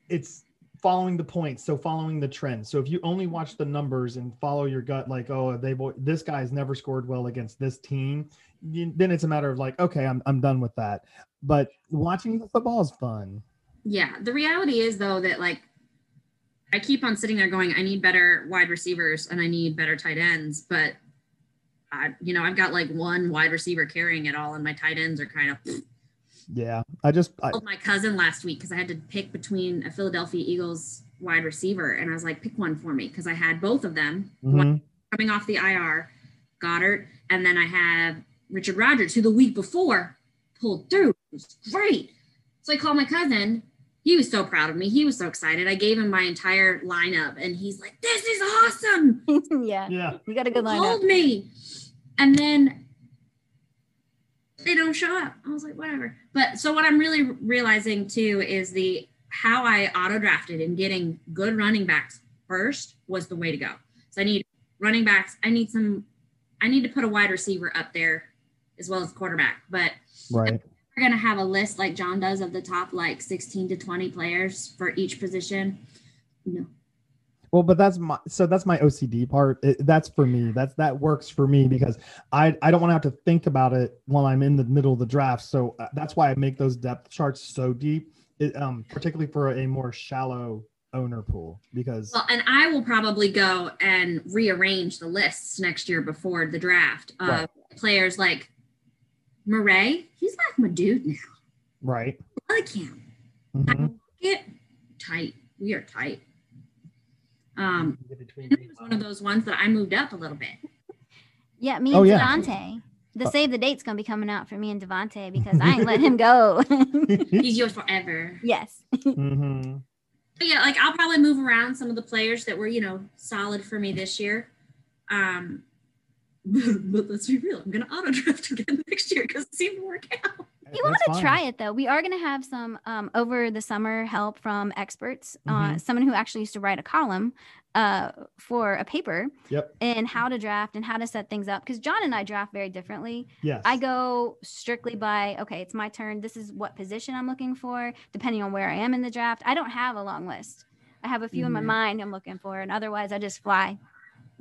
Speaker 1: It's following the points, so following the trend. So if you only watch the numbers and follow your gut, like, oh, they this guy's never scored well against this team, you, then it's a matter of like, okay, I'm I'm done with that. But watching the football is fun.
Speaker 4: yeah the reality is though that like i keep on sitting there going i need better wide receivers and i need better tight ends but i you know i've got like one wide receiver carrying it all and my tight ends are kind of
Speaker 1: Yeah, I just I,
Speaker 4: told my cousin last week because I had to pick between a Philadelphia Eagles wide receiver, and I was like, pick one for me because I had both of them
Speaker 1: mhm.
Speaker 4: coming off the IR, Goddard, and then I have Richard Rodgers, who the week before pulled through. It was great. So I called my cousin. He was so proud of me. He was so excited. I gave him my entire lineup, and he's like, "This is awesome."
Speaker 2: yeah,
Speaker 1: yeah.
Speaker 2: you got a good lineup.
Speaker 4: Hold me. And then they don't show up. I was like, whatever. But so what I'm really realizing too is the how I auto drafted and getting good running backs first was the way to go. So I need running backs. I need some. I need to put a wide receiver up there as well as quarterback. But
Speaker 1: Right.
Speaker 4: we're going to have a list like John does of the top like 16 to 20 players for each position. No.
Speaker 1: Well, but that's my so that's my OCD part. It, that's for me. That's that works for me because I I don't want to have to think about it while I'm in the middle of the draft. So uh, that's why I make those depth charts so deep, it, um, particularly for a more shallow owner pool because
Speaker 4: Well, and I will probably go and rearrange the lists next year before the draft of
Speaker 1: Right.
Speaker 4: players like Murray. He's like my dude now.
Speaker 1: right.
Speaker 4: I like him.
Speaker 1: Mhm.
Speaker 4: Get tight. We are tight. Um, and he was one of those ones that I moved up a little bit.
Speaker 2: Yeah, me and
Speaker 1: Oh, yeah.
Speaker 2: Devontae. The
Speaker 1: Uh,
Speaker 2: save the date's gonna be coming out for me and Devontae because I ain't let him go.
Speaker 4: He's yours forever.
Speaker 2: yes.
Speaker 1: Mhm.
Speaker 4: But yeah, like I'll probably move around some of the players that were, you know, solid for me this year. Um, but, let's be real, I'm gonna auto draft again next year because it seemed to work out.
Speaker 2: You
Speaker 1: That's
Speaker 2: want to
Speaker 1: fine.
Speaker 2: try it though. We are going to have some um, over the summer help from experts, uh,
Speaker 1: Mhm.
Speaker 2: someone who actually used to write a column uh, for a paper
Speaker 1: Yep.
Speaker 2: and how to draft and how to set things up because John and I draft very differently.
Speaker 1: Yes.
Speaker 2: I go strictly by okay, it's my turn. This is what position I'm looking for, depending on where I am in the draft. I don't have a long list. I have a few in my
Speaker 1: Mm-hmm.
Speaker 4: Mhm.
Speaker 2: mind I'm looking for, and otherwise I just fly.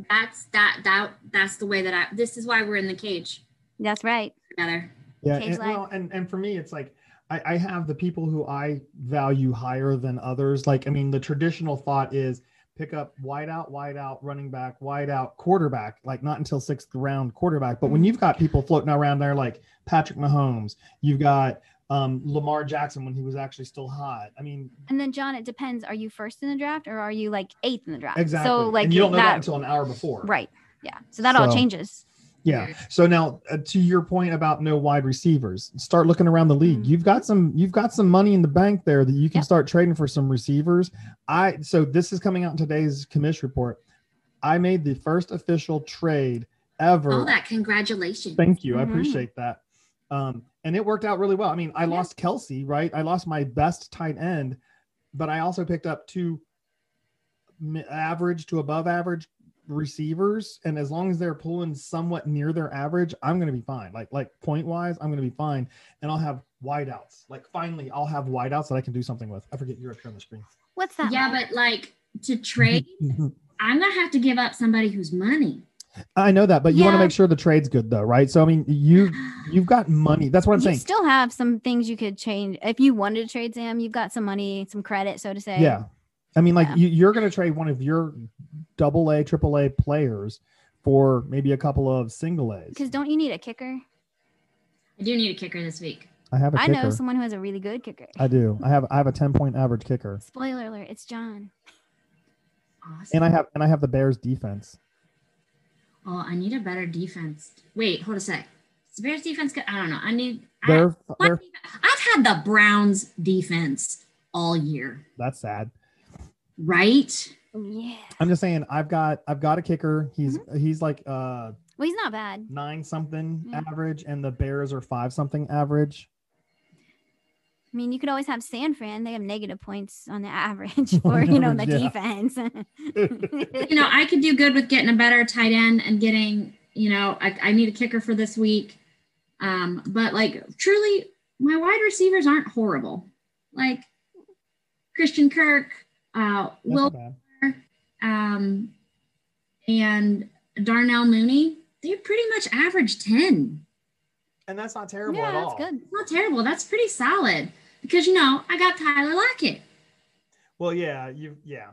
Speaker 4: That's that that that's the way that I. This is why we're in the cage
Speaker 2: That's right.
Speaker 4: together.
Speaker 1: Yeah,
Speaker 2: Cage
Speaker 1: and,
Speaker 2: life.
Speaker 1: well, and and for me, it's like I, I have the people who I value higher than others. Like, I mean, the traditional thought is pick up wide out, wide out, running back, wide out, quarterback. Like, not until sixth round quarterback. But
Speaker 2: Mm-hmm.
Speaker 1: when you've got people floating around there, like Patrick Mahomes, you've got um, Lamar Jackson when he was actually still hot. I mean,
Speaker 2: And then John, it depends. Are you first in the draft or are you like eighth in the draft?
Speaker 1: exactly.
Speaker 2: So like
Speaker 1: and you don't know that,
Speaker 2: that,
Speaker 1: until an hour before.
Speaker 2: right? Yeah. So that all
Speaker 1: So-
Speaker 2: changes.
Speaker 1: Yeah. So now, uh, to your point about no wide receivers, start looking around the league.
Speaker 2: Mhm.
Speaker 1: You've got some. You've got some money in the bank there that you can
Speaker 2: Yep.
Speaker 1: start trading for some receivers. I. So this is coming out in today's commission report. I made the first official trade ever.
Speaker 4: All that congratulations.
Speaker 1: Thank you. I
Speaker 2: Mhm.
Speaker 1: appreciate that. Um, and it worked out really well. I mean, I
Speaker 2: Yeah.
Speaker 1: lost Kelsey, right? I lost my best tight end, but I also picked up two mi- average to above average receivers. And as long as they're pulling somewhat near their average, I'm going to be fine. Like, like point wise, I'm going to be fine. And I'll have wideouts. Like finally I'll have wideouts that I can do something with. I forget you're up here on the screen.
Speaker 2: What's that?
Speaker 4: Yeah,
Speaker 2: like?
Speaker 4: but like to trade, I'm gonna have to give up somebody who's money.
Speaker 1: I know that, but you want to
Speaker 2: Yeah.
Speaker 1: make sure the trade's good though. Right. So, I mean, you, you've got money. That's what I'm
Speaker 2: you
Speaker 1: saying.
Speaker 2: still have some things you could change if you wanted to trade Sam. You've got some money, some credit, so to say.
Speaker 1: Yeah. I mean, like
Speaker 2: Yeah.
Speaker 1: you, you're going to trade one of your double A, triple A players for maybe a couple of single A's.
Speaker 2: Because don't you need a kicker?
Speaker 4: I do need a kicker this week.
Speaker 1: I have a
Speaker 2: I
Speaker 1: kicker.
Speaker 2: know someone who has a really good kicker.
Speaker 1: I do. I have I have a 10 point average kicker.
Speaker 2: Spoiler alert: It's John.
Speaker 4: Awesome.
Speaker 1: And I have and I have the Bears defense.
Speaker 4: oh, I need a better defense. Wait, hold a sec. Is the Bears defense good? I don't know. I need. I,
Speaker 1: They're,
Speaker 4: my
Speaker 1: they're
Speaker 4: defen- I've had the Browns defense all year,
Speaker 1: that's sad.
Speaker 4: right?
Speaker 2: Yeah.
Speaker 1: I'm just saying I've got I've got a kicker. He's
Speaker 2: Mm-hmm.
Speaker 1: he's like uh
Speaker 2: Well, he's not bad.
Speaker 1: nine something
Speaker 2: Yeah.
Speaker 1: average and the Bears are five something average.
Speaker 2: I mean, you could always have San Fran. They have negative points on the average for you know the
Speaker 1: average, yeah.
Speaker 2: defense.
Speaker 4: You know, I could do good with getting a better tight end and getting. You know, I, I need a kicker for this week. Um, but like truly, my wide receivers aren't horrible. Like Christian Kirk, uh,
Speaker 1: That's
Speaker 4: Will
Speaker 1: not bad.
Speaker 4: um, and Darnell Mooney, they're pretty much average 10.
Speaker 1: And that's not terrible
Speaker 2: yeah,
Speaker 1: at all.
Speaker 2: that's good.
Speaker 4: It's not terrible. That's pretty solid because, you know, I got Tyler Lockett.
Speaker 1: Well, yeah, you yeah.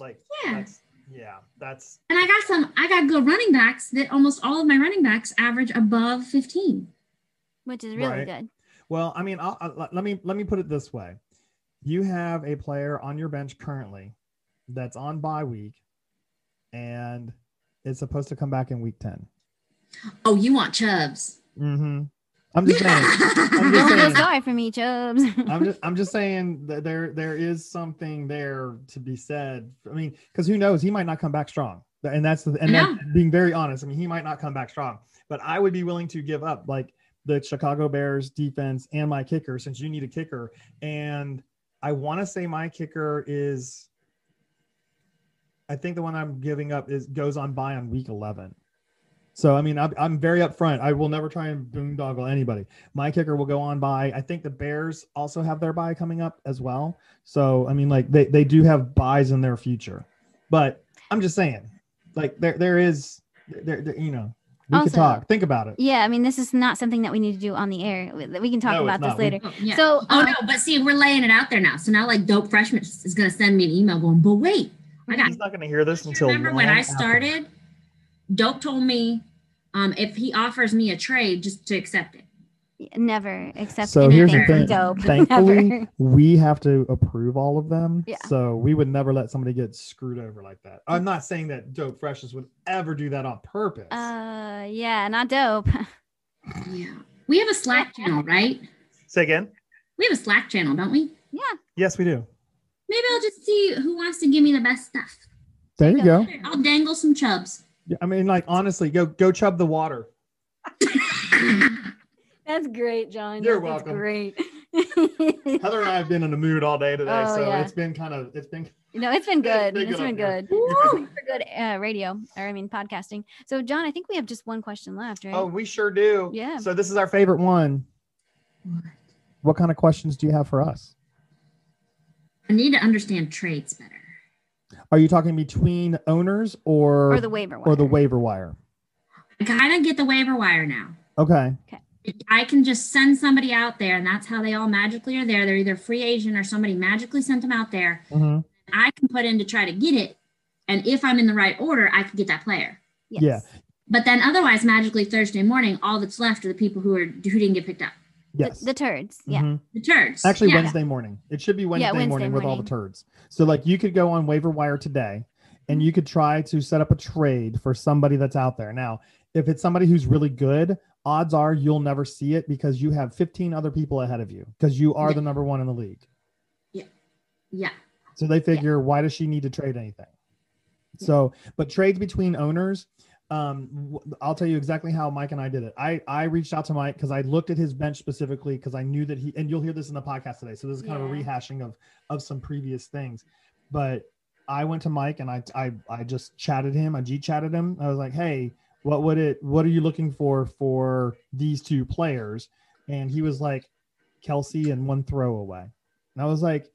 Speaker 1: Like
Speaker 4: Yeah.
Speaker 1: that's yeah, that's
Speaker 4: And I got some, I got good running backs that almost all of my running backs average above 15.
Speaker 2: Which is really
Speaker 1: Right.
Speaker 2: good.
Speaker 1: Well, I mean, I'll, I'll- let me let me put it this way: you have a player on your bench currently that's on bye week, and is supposed to come back in week 10
Speaker 4: Oh, you want Chubbs.
Speaker 1: Mm-hmm. I'm just saying.
Speaker 2: Don't feel
Speaker 1: saying.
Speaker 2: sorry for me, Chubbs.
Speaker 1: I'm just I'm just saying that there there is something there to be said. I mean, because who knows? He might not come back strong, and that's the, and
Speaker 4: I
Speaker 1: that's being very honest. I mean, he might not come back strong, but I would be willing to give up like the Chicago Bears defense and my kicker since you need a kicker, and I want to say my kicker is. I think the one I'm giving up is goes on by on week 11. So I mean, I'm, I'm very upfront. I will never try and boondoggle anybody. My kicker will go on by. I think the Bears also have their bye coming up as well. So I mean, like they they do have buys in their future, but I'm just saying, like there there is there, there you know we could
Speaker 2: Also-
Speaker 1: talk. Think about it.
Speaker 2: yeah, I mean, this is not something that we need to do on the air. We we can talk
Speaker 1: No, it's
Speaker 2: about this
Speaker 1: not. We-
Speaker 2: later.
Speaker 4: Oh, yeah.
Speaker 2: So,
Speaker 4: oh
Speaker 2: um,
Speaker 4: no, but see, we're laying it out there now. So now, like, dope freshman is going to send me an email going, but wait, I got
Speaker 1: He's not going to hear this
Speaker 4: I
Speaker 1: until
Speaker 4: remember when
Speaker 1: long
Speaker 4: I
Speaker 1: after.
Speaker 4: started, Dope told me um, if he offers me a trade, just to accept it.
Speaker 2: Never accept
Speaker 1: So here's the
Speaker 2: anything
Speaker 1: thing.
Speaker 2: dope.
Speaker 1: Thankfully,
Speaker 2: Never.
Speaker 1: we have to approve all of them.
Speaker 2: Yeah.
Speaker 1: So we would never let somebody get screwed over like that. I'm not saying that Dope Freshers would ever do that on purpose.
Speaker 2: Uh, yeah, not dope.
Speaker 4: Yeah. We have a Slack channel, right?
Speaker 5: Say again.
Speaker 4: We have a Slack channel, don't we?
Speaker 2: Yeah,
Speaker 5: Yes, we do.
Speaker 4: Maybe I'll just see who wants to give me the best stuff.
Speaker 1: there you go.
Speaker 4: I'll dangle some chubs.
Speaker 1: Yeah, I mean, like honestly, go go chub the water.
Speaker 2: that's great, John.
Speaker 1: You're
Speaker 2: That's
Speaker 1: welcome.
Speaker 2: Great.
Speaker 1: Heather and I have been in the mood all day today,
Speaker 2: Oh,
Speaker 1: so
Speaker 2: yeah.
Speaker 1: it's been kind of it's been
Speaker 2: No, it's been
Speaker 1: Yeah,
Speaker 2: good.
Speaker 1: it's been
Speaker 2: It's been
Speaker 1: good
Speaker 2: good.
Speaker 1: Woo!
Speaker 2: Super good uh, radio, or I mean podcasting. So, John, I think we have just one question left, right?
Speaker 1: Oh, we sure do.
Speaker 2: Yeah.
Speaker 1: So this is our favorite one. What kind of questions do you have for us?
Speaker 4: I need to understand trades better.
Speaker 1: Are you talking between owners or
Speaker 2: or the waiver
Speaker 1: or the
Speaker 2: wire.
Speaker 1: waiver wire?
Speaker 4: I kind of get the waiver wire now.
Speaker 1: Okay.
Speaker 4: I can just send somebody out there, and that's how they all magically are there. They're either free agent or somebody magically sent them out there.
Speaker 1: Mhm.
Speaker 4: I can put in to try to get it, and if I'm in the right order, I can get that player.
Speaker 2: Yes.
Speaker 1: Yeah.
Speaker 4: But then otherwise, magically Thursday morning, all that's left are the people who are who didn't get picked up.
Speaker 1: Yes.
Speaker 2: The, the turds. Yeah.
Speaker 1: Mhm.
Speaker 4: The turds.
Speaker 1: Actually,
Speaker 4: Yeah.
Speaker 1: Wednesday morning. It should be Wednesday,
Speaker 2: Wednesday
Speaker 1: morning, with all the
Speaker 2: morning.
Speaker 1: turds. So like you could go on waiver wire today, and you could try to set up a trade for somebody that's out there. Now, if it's somebody who's really good, odds are you'll never see it because you have 15 other people ahead of you because you are
Speaker 4: Yeah.
Speaker 1: the number one in the league.
Speaker 4: Yeah.
Speaker 1: So they figure, why does she need to trade anything? So, but trades between owners, um, w- I'll tell you exactly how Mike and I did it. I I reached out to Mike because I looked at his bench specifically because I knew that he and you'll hear this in the podcast today. So this is kind of a
Speaker 4: Yeah.
Speaker 1: rehashing of of some previous things, but I went to Mike and I I I just chatted him. I g chatted him. I was like, hey, what would it? What are you looking for for these two players? And he was like, Kelsey and one throwaway. And I was like,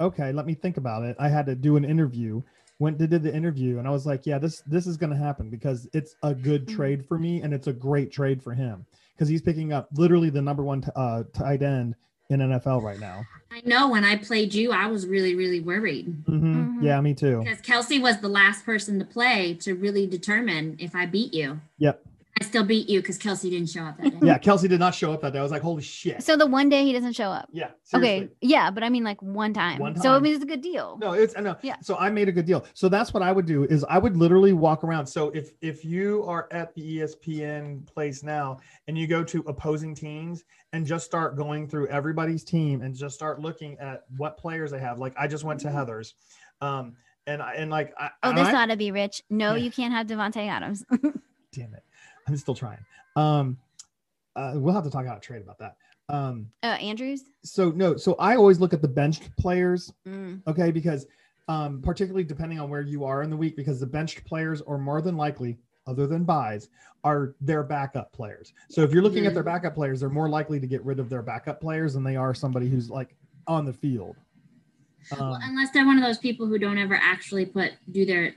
Speaker 1: okay, let me think about it. I had to do an interview, went to did the interview, and I was like, yeah, this this is gonna happen because it's a good
Speaker 2: Mhm.
Speaker 1: trade for me and it's a great trade for him because he's picking up literally the number one t- uh, tight end in NFL right now.
Speaker 4: I know when I played you, I was really, really worried
Speaker 1: Mhm.
Speaker 2: Mhm.
Speaker 1: Yeah, me too.
Speaker 4: because Kelsey was the last person to play to really determine if I beat you.
Speaker 1: Yep.
Speaker 4: I still beat you because Kelsey didn't show up that day.
Speaker 1: Yeah, Kelsey did not show up that day. I was like, holy shit.
Speaker 2: So the one day he doesn't show up.
Speaker 1: yeah, seriously.
Speaker 2: Okay. Yeah, but I mean like one time.
Speaker 1: One
Speaker 2: So I
Speaker 1: time.
Speaker 2: mean it's a good deal.
Speaker 1: No, it's I know.
Speaker 2: Yeah.
Speaker 1: So I made a good deal. So that's what I would do is I would literally walk around. So if if you are at the E ESPN place now and you go to opposing teams and just start going through everybody's team and just start looking at what players they have. Like I just went to Heather's, um, and I and like I,
Speaker 2: Mm-hmm. Oh,
Speaker 1: and
Speaker 2: this
Speaker 1: I-
Speaker 2: ought to be rich. No,
Speaker 1: Yeah.
Speaker 2: you can't have Devonte Adams.
Speaker 1: damn it, I'm still trying. Um, uh, we'll have to talk out a trade about that. Um,
Speaker 2: uh, Andrews.
Speaker 1: so no, so I always look at the bench players
Speaker 2: Mm.
Speaker 1: okay because um, particularly depending on where you are in the week because the benched players are more than likely other than buys are their backup players so if you're looking at their backup players they're more likely to get rid of their backup players than they are somebody who's like on the field
Speaker 4: Well,
Speaker 1: um,
Speaker 4: unless they're one of those people who don't ever actually put do their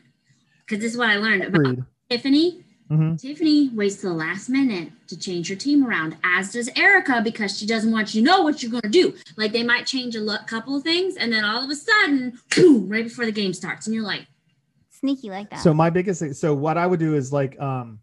Speaker 4: because this is what I learned about
Speaker 1: agreed
Speaker 4: Tiffany.
Speaker 1: Mhm.
Speaker 4: Tiffany waits till the last minute to change her team around, as does Erica, because she doesn't want you to know what you're going to do. Like they might change a lo- couple of things, and then all of a sudden, boom, right before the game starts, and you're like,
Speaker 2: Sneaky like that.
Speaker 1: So my biggest thing, so what I would do is like um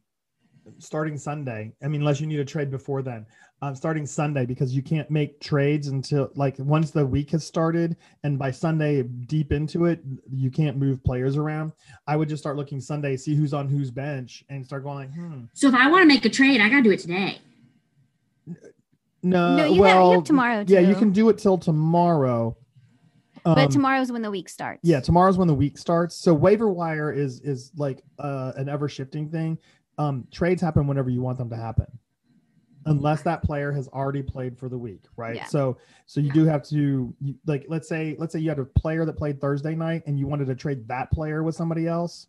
Speaker 1: starting Sunday, I mean unless you need a trade before then. Um starting Sunday because you can't make trades until like once the week has started and by Sunday deep into it, you can't move players around. I would just start looking Sunday, see who's on whose bench and start going like, hmm.
Speaker 4: so if I want to make a trade, I got to do it today.
Speaker 1: No,
Speaker 2: No, you got- you
Speaker 1: Uh, well,
Speaker 2: have tomorrow,
Speaker 1: Yeah, you
Speaker 2: too.
Speaker 1: can do it till tomorrow.
Speaker 2: but
Speaker 1: Um,
Speaker 2: tomorrow's when the week starts.
Speaker 1: Yeah, tomorrow's when the week starts. So waiver wire is is like uh, an ever shifting thing. Um, trades happen whenever you want them to happen, unless that player has already played for the week, right?
Speaker 2: Yeah.
Speaker 1: So so you do have to you, like let's say let's say you had a player that played Thursday night and you wanted to trade that player with somebody else.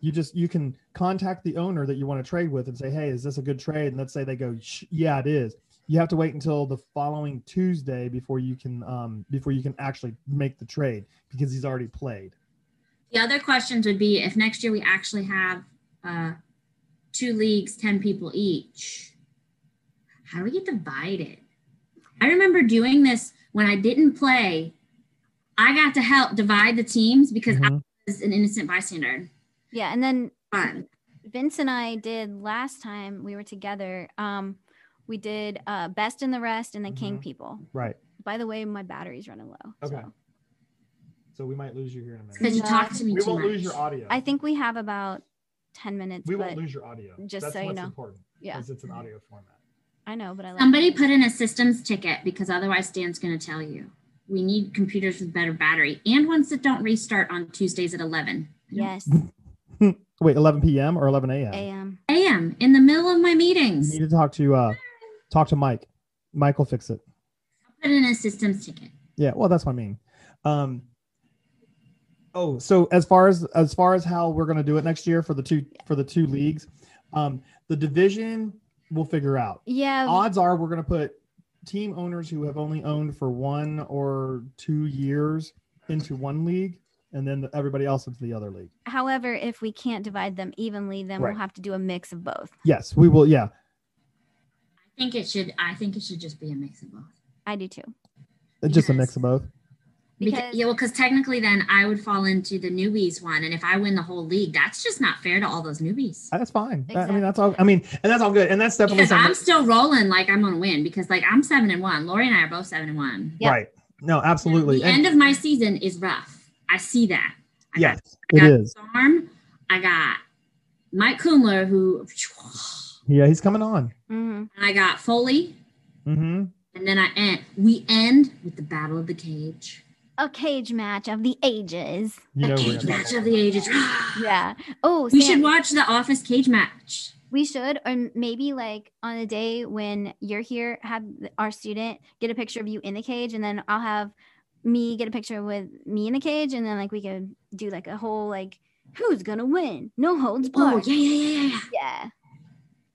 Speaker 1: You just you can contact the owner that you want to trade with and say, hey, is this a good trade? And let's say they go, "Sh- yeah, it is. You have to wait until the following Tuesday before you can um, before you can actually make the trade because he's already played.
Speaker 4: The other questions would be if next year we actually have uh, two leagues, 10 people each, how do we get divided? I remember doing this when I didn't play. I got to help divide the teams because I
Speaker 1: Mhm.
Speaker 4: was an innocent bystander.
Speaker 2: Yeah, and then
Speaker 4: Fun.
Speaker 2: Vince and I did last time we were together. Um, we did uh, best in the rest and then king
Speaker 1: Mhm.
Speaker 2: people.
Speaker 1: Right.
Speaker 2: By the way, my battery's running low.
Speaker 1: Okay.
Speaker 2: so.
Speaker 1: So we might lose you here in a minute.
Speaker 4: Because you
Speaker 2: No.
Speaker 4: talked to me
Speaker 1: We
Speaker 4: too
Speaker 1: won't
Speaker 4: much.
Speaker 1: lose your audio.
Speaker 2: I think we have about ten minutes.
Speaker 1: we
Speaker 2: but
Speaker 1: won't lose your audio.
Speaker 2: just
Speaker 1: That's
Speaker 2: so you
Speaker 1: what's
Speaker 2: know.
Speaker 1: important.
Speaker 2: yeah,
Speaker 1: Because it's an audio format.
Speaker 2: I know, but I like
Speaker 4: Somebody put in a systems ticket because otherwise Dan's going to tell you. We need computers with better battery and ones that don't restart on Tuesdays at 11
Speaker 2: yes
Speaker 1: Wait, 11 p.m. or 11 a.m.
Speaker 2: a.m.
Speaker 4: a.m. in the middle of my
Speaker 1: You
Speaker 4: meetings.
Speaker 1: need to talk to uh, talk to Mike. Mike will fix it.
Speaker 4: Put put in a systems ticket.
Speaker 1: Yeah, well, that's what I mean. Um, oh, so as far as as far as how we're going to do it next year for the two for the two leagues, um, the division we'll figure out.
Speaker 4: Um,
Speaker 2: Yeah.
Speaker 1: Odds are we're going to put team owners who have only owned for one or two years into one league, and then everybody else into the other league.
Speaker 2: However, if we can't divide them evenly, then
Speaker 1: Right.
Speaker 2: we'll have to do a mix of both.
Speaker 1: Yes, we will. Yeah,
Speaker 4: I think it should. I think it should just be a mix of both.
Speaker 2: I do too.
Speaker 1: just a
Speaker 4: Yes.
Speaker 1: mix of both.
Speaker 4: Because,
Speaker 2: Because-
Speaker 4: yeah, well, because technically, then I would fall into the newbies one, and if I win the whole league, that's just not fair to all those newbies.
Speaker 1: That's fine. That- I mean, that's all. I mean, and that's all good. And that's definitely
Speaker 4: Because I'm
Speaker 1: something.
Speaker 4: still rolling like I'm gonna win because like I'm seven and one. Lori and I are both seven and one.
Speaker 2: Yep.
Speaker 1: Right. No, absolutely.
Speaker 4: The
Speaker 1: And-
Speaker 4: end of my season is rough. I see that. I
Speaker 1: yes,
Speaker 4: got,
Speaker 1: it
Speaker 4: I got
Speaker 1: is.
Speaker 4: Storm. I got Mike Kumler, who,
Speaker 1: Yeah, he's coming on.
Speaker 2: hmm
Speaker 4: and I got Foley,
Speaker 1: Mm-hmm.
Speaker 4: and then I end. We end with the battle of the cage.
Speaker 2: A cage match of the ages.
Speaker 1: You know, we're
Speaker 4: a cage
Speaker 1: gonna-
Speaker 4: match of the ages.
Speaker 2: Yeah. Oh,
Speaker 4: We
Speaker 2: Sam,
Speaker 4: should watch the Office cage match.
Speaker 2: We should, or m- maybe like on a day when you're here, have th- our student get a picture of you in the cage, and then I'll have me get a picture with me in the cage, and then like we could do like a whole like who's gonna win, no holds
Speaker 4: Oh
Speaker 2: barred.
Speaker 4: yeah, yeah, yeah, yeah, yeah.
Speaker 2: yeah.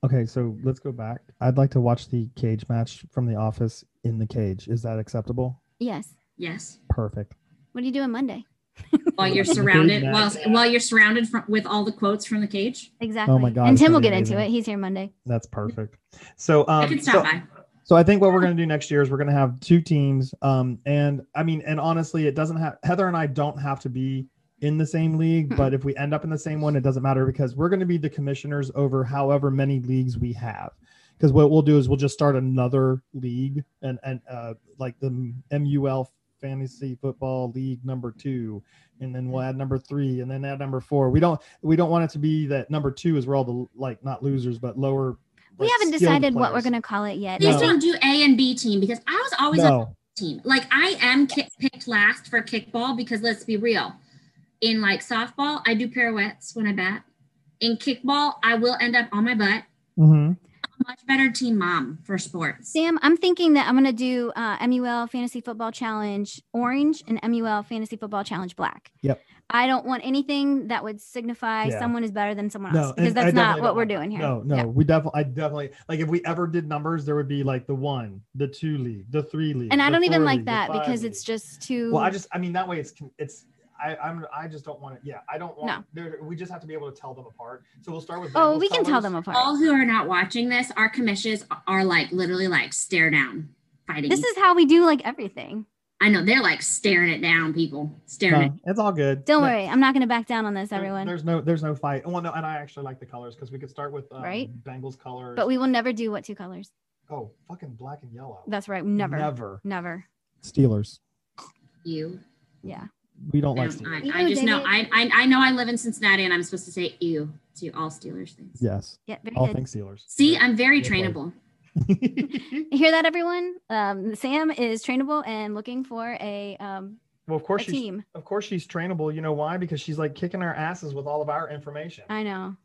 Speaker 1: Okay, so let's go back. I'd like to watch the cage match from The Office in the cage. Is that acceptable?
Speaker 2: Yes.
Speaker 4: Yes.
Speaker 1: Perfect.
Speaker 2: What are you doing Monday?
Speaker 1: Oh
Speaker 4: While you're
Speaker 1: Cage
Speaker 4: surrounded, while
Speaker 1: match.
Speaker 4: while you're surrounded from, with all the quotes from the cage,
Speaker 2: Exactly.
Speaker 1: God,
Speaker 2: and
Speaker 1: it's
Speaker 2: Tim
Speaker 1: gonna
Speaker 2: will
Speaker 1: be
Speaker 2: get into
Speaker 1: amazing.
Speaker 2: it. He's here Monday.
Speaker 1: That's perfect. So,
Speaker 4: I
Speaker 1: um,
Speaker 4: could stop
Speaker 1: so,
Speaker 4: by.
Speaker 1: so I think what we're going to do next year is we're going to have two teams. Um, and I mean, and honestly, it doesn't have Heather and I don't have to be in the same league,
Speaker 2: Mm-mm.
Speaker 1: but if we end up in the same one, it doesn't matter because we're going to be the commissioners over however many leagues we have. Because what we'll do is we'll just start another league and and uh, like the MUL Fantasy Football League number two, and then we'll add number three, and then add number four. We don't we don't want it to be that number two is where all the like not losers but lower.
Speaker 2: We
Speaker 1: like,
Speaker 2: haven't
Speaker 1: skilled
Speaker 2: decided what we're
Speaker 1: players.
Speaker 2: gonna call it yet.
Speaker 4: Please
Speaker 1: No.
Speaker 4: don't do A and B team because I was always on
Speaker 1: No,
Speaker 4: the team. Like I am kick, picked last for kickball because let's be real, in like softball I do pirouettes when I bat. In kickball I will end up on my butt.
Speaker 1: Mm-hmm.
Speaker 4: I'm a much better team mom for sports.
Speaker 2: Sam, I'm thinking that I'm gonna do uh, MUL Fantasy Football Challenge Orange and MUL Fantasy Football Challenge Black.
Speaker 1: Yep.
Speaker 2: I don't want anything that would signify
Speaker 1: Yeah.
Speaker 2: someone is better than someone
Speaker 1: No,
Speaker 2: else
Speaker 1: and
Speaker 2: because
Speaker 1: I
Speaker 2: that's not
Speaker 1: definitely
Speaker 2: what
Speaker 1: don't
Speaker 2: we're
Speaker 1: want that.
Speaker 2: doing here.
Speaker 1: No, no,
Speaker 2: Yeah.
Speaker 1: we definitely, I definitely like if we ever did numbers, there would be like the one, the two league, the three league,
Speaker 2: And I
Speaker 1: the
Speaker 2: don't even
Speaker 1: four
Speaker 2: like
Speaker 1: league, the
Speaker 2: that
Speaker 1: five
Speaker 2: because
Speaker 1: league.
Speaker 2: it's just too.
Speaker 1: Well, I just, I mean, that way it's con- it's. I, I'm I just don't want it. Yeah, I don't want. There, we just have to be able to tell them apart. So we'll start with.
Speaker 2: oh,
Speaker 1: Bengals
Speaker 2: we can tell
Speaker 1: colors.
Speaker 2: them apart.
Speaker 4: All who are not watching this, our commissions are like literally like stare down fighting.
Speaker 2: This is how we do like everything.
Speaker 4: I know they're like staring it down, people staring it.
Speaker 1: No, it's all good.
Speaker 2: Don't
Speaker 1: No,
Speaker 2: worry, I'm not gonna back down on this,
Speaker 1: there-
Speaker 2: everyone.
Speaker 1: There's no, there's no fight. Well, no, and I actually like the colors because we could start with um,
Speaker 2: Right?
Speaker 1: Bengals colors.
Speaker 2: But we will never do what two colors.
Speaker 1: oh, fucking black and yellow.
Speaker 2: That's right, never, never,
Speaker 1: Never.
Speaker 2: never.
Speaker 1: Steelers.
Speaker 4: You.
Speaker 2: Yeah.
Speaker 1: We don't
Speaker 4: I,
Speaker 1: like.
Speaker 4: don't-
Speaker 1: Steelers.
Speaker 2: Steelers.
Speaker 4: I, I
Speaker 2: Ew,
Speaker 4: just know
Speaker 2: David.
Speaker 4: I, I I know I live in Cincinnati and I'm supposed to say ew to all Steelers things.
Speaker 1: Yes,
Speaker 2: Yeah. Very
Speaker 1: all
Speaker 2: good.
Speaker 1: things Steelers.
Speaker 4: See, I'm very
Speaker 1: Good point.
Speaker 4: trainable.
Speaker 2: You hear that, everyone? Um, Sam is trainable and looking for a um,
Speaker 1: well, of
Speaker 2: a
Speaker 1: course, she's
Speaker 2: team.
Speaker 1: Of course, she's trainable. You know why? Because she's like kicking our asses with all of our information.
Speaker 2: I know.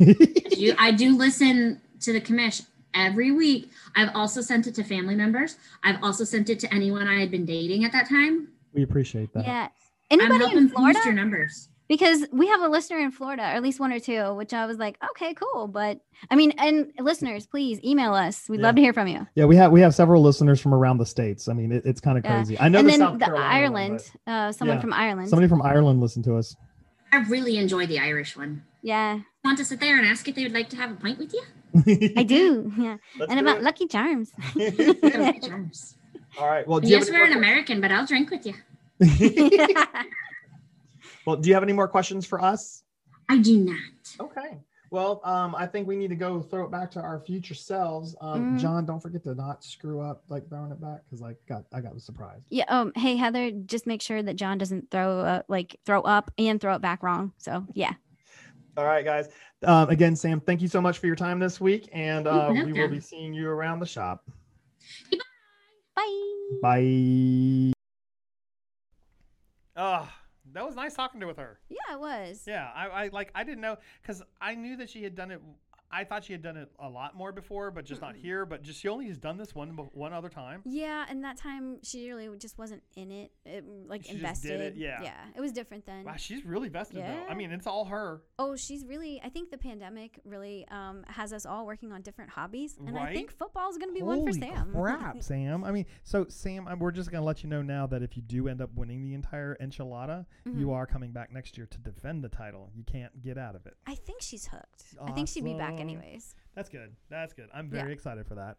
Speaker 4: I do, I do listen to the commish every week. I've also sent it to family members. I've also sent it to anyone I had been dating at that time.
Speaker 1: we appreciate that.
Speaker 2: Yeah.
Speaker 4: I'm
Speaker 2: Anybody
Speaker 4: helping
Speaker 2: in
Speaker 4: boost
Speaker 2: Florida?
Speaker 4: your numbers.
Speaker 2: Because we have a listener in Florida, or at least one or two, which I was like, okay, cool. But I mean, and listeners, please email us. We'd love
Speaker 1: Yeah.
Speaker 2: to hear from you.
Speaker 1: Yeah, we have we have several listeners from around the states. I mean, it, it's kind of
Speaker 2: Yeah.
Speaker 1: crazy. I know
Speaker 2: and
Speaker 1: the
Speaker 2: then
Speaker 1: South
Speaker 2: the
Speaker 1: Carolina one,
Speaker 2: Ireland, uh, someone
Speaker 1: Yeah.
Speaker 2: from
Speaker 1: but
Speaker 2: Ireland.
Speaker 1: somebody from Ireland listened to us.
Speaker 4: I really enjoy the Irish one.
Speaker 2: yeah,
Speaker 4: Want to sit there and ask if they would like to have a pint with you?
Speaker 2: I do. Yeah. and about Lucky Charms.
Speaker 4: Oh, charms.
Speaker 1: all right. Well, do you
Speaker 4: yes,
Speaker 1: have any
Speaker 4: we're an
Speaker 1: more
Speaker 4: American, but I'll drink with you.
Speaker 1: que-
Speaker 2: Thank
Speaker 1: well, do you have any more questions for us?
Speaker 4: I do not.
Speaker 1: Okay. Well, um, I think we need to go throw it back to our future selves. Um,
Speaker 2: Mhm.
Speaker 1: John, don't forget to not screw up like throwing it back because like got I got surprised.
Speaker 2: Yeah. Um. Hey, Heather, just make sure that John doesn't throw uh, like throw up and throw it back wrong. So yeah.
Speaker 1: All right, guys. Um, again, Sam, thank you so much for your time this week, and
Speaker 4: You're
Speaker 1: uh, we will
Speaker 4: welcome.
Speaker 1: be seeing you around the shop.
Speaker 2: Bye.
Speaker 1: Bye.
Speaker 6: Ah, that was nice talking to with her.
Speaker 2: Yeah, it was.
Speaker 6: Yeah, I, I like I didn't know because I knew that she had done it.
Speaker 1: I thought she had done it a lot more before, but just not here. But just she only has done this one bef- one other time.
Speaker 2: Yeah, and that time she really just wasn't in it, it like
Speaker 1: She just
Speaker 2: invested.
Speaker 1: did it, yeah.
Speaker 2: yeah, it was different then.
Speaker 1: Wow, she's really vested though. I
Speaker 2: Yeah.
Speaker 1: mean, it's all her.
Speaker 2: Oh, she's really. I think the pandemic really um, has us all working on different hobbies, and I think
Speaker 1: Right?
Speaker 2: football's going to be one for Sam.
Speaker 1: crap, Sam! I mean, so Sam, I- we're just gonna let you know now that if you do end up winning the entire enchilada,
Speaker 2: Mm-hmm.
Speaker 1: you are coming back next year to defend the title. You can't get out of it.
Speaker 2: I think she's hooked. I think she'd be back
Speaker 1: Awesome.
Speaker 2: anyways.
Speaker 1: That's good. That's good. I'm
Speaker 2: Yeah.
Speaker 1: very excited for that.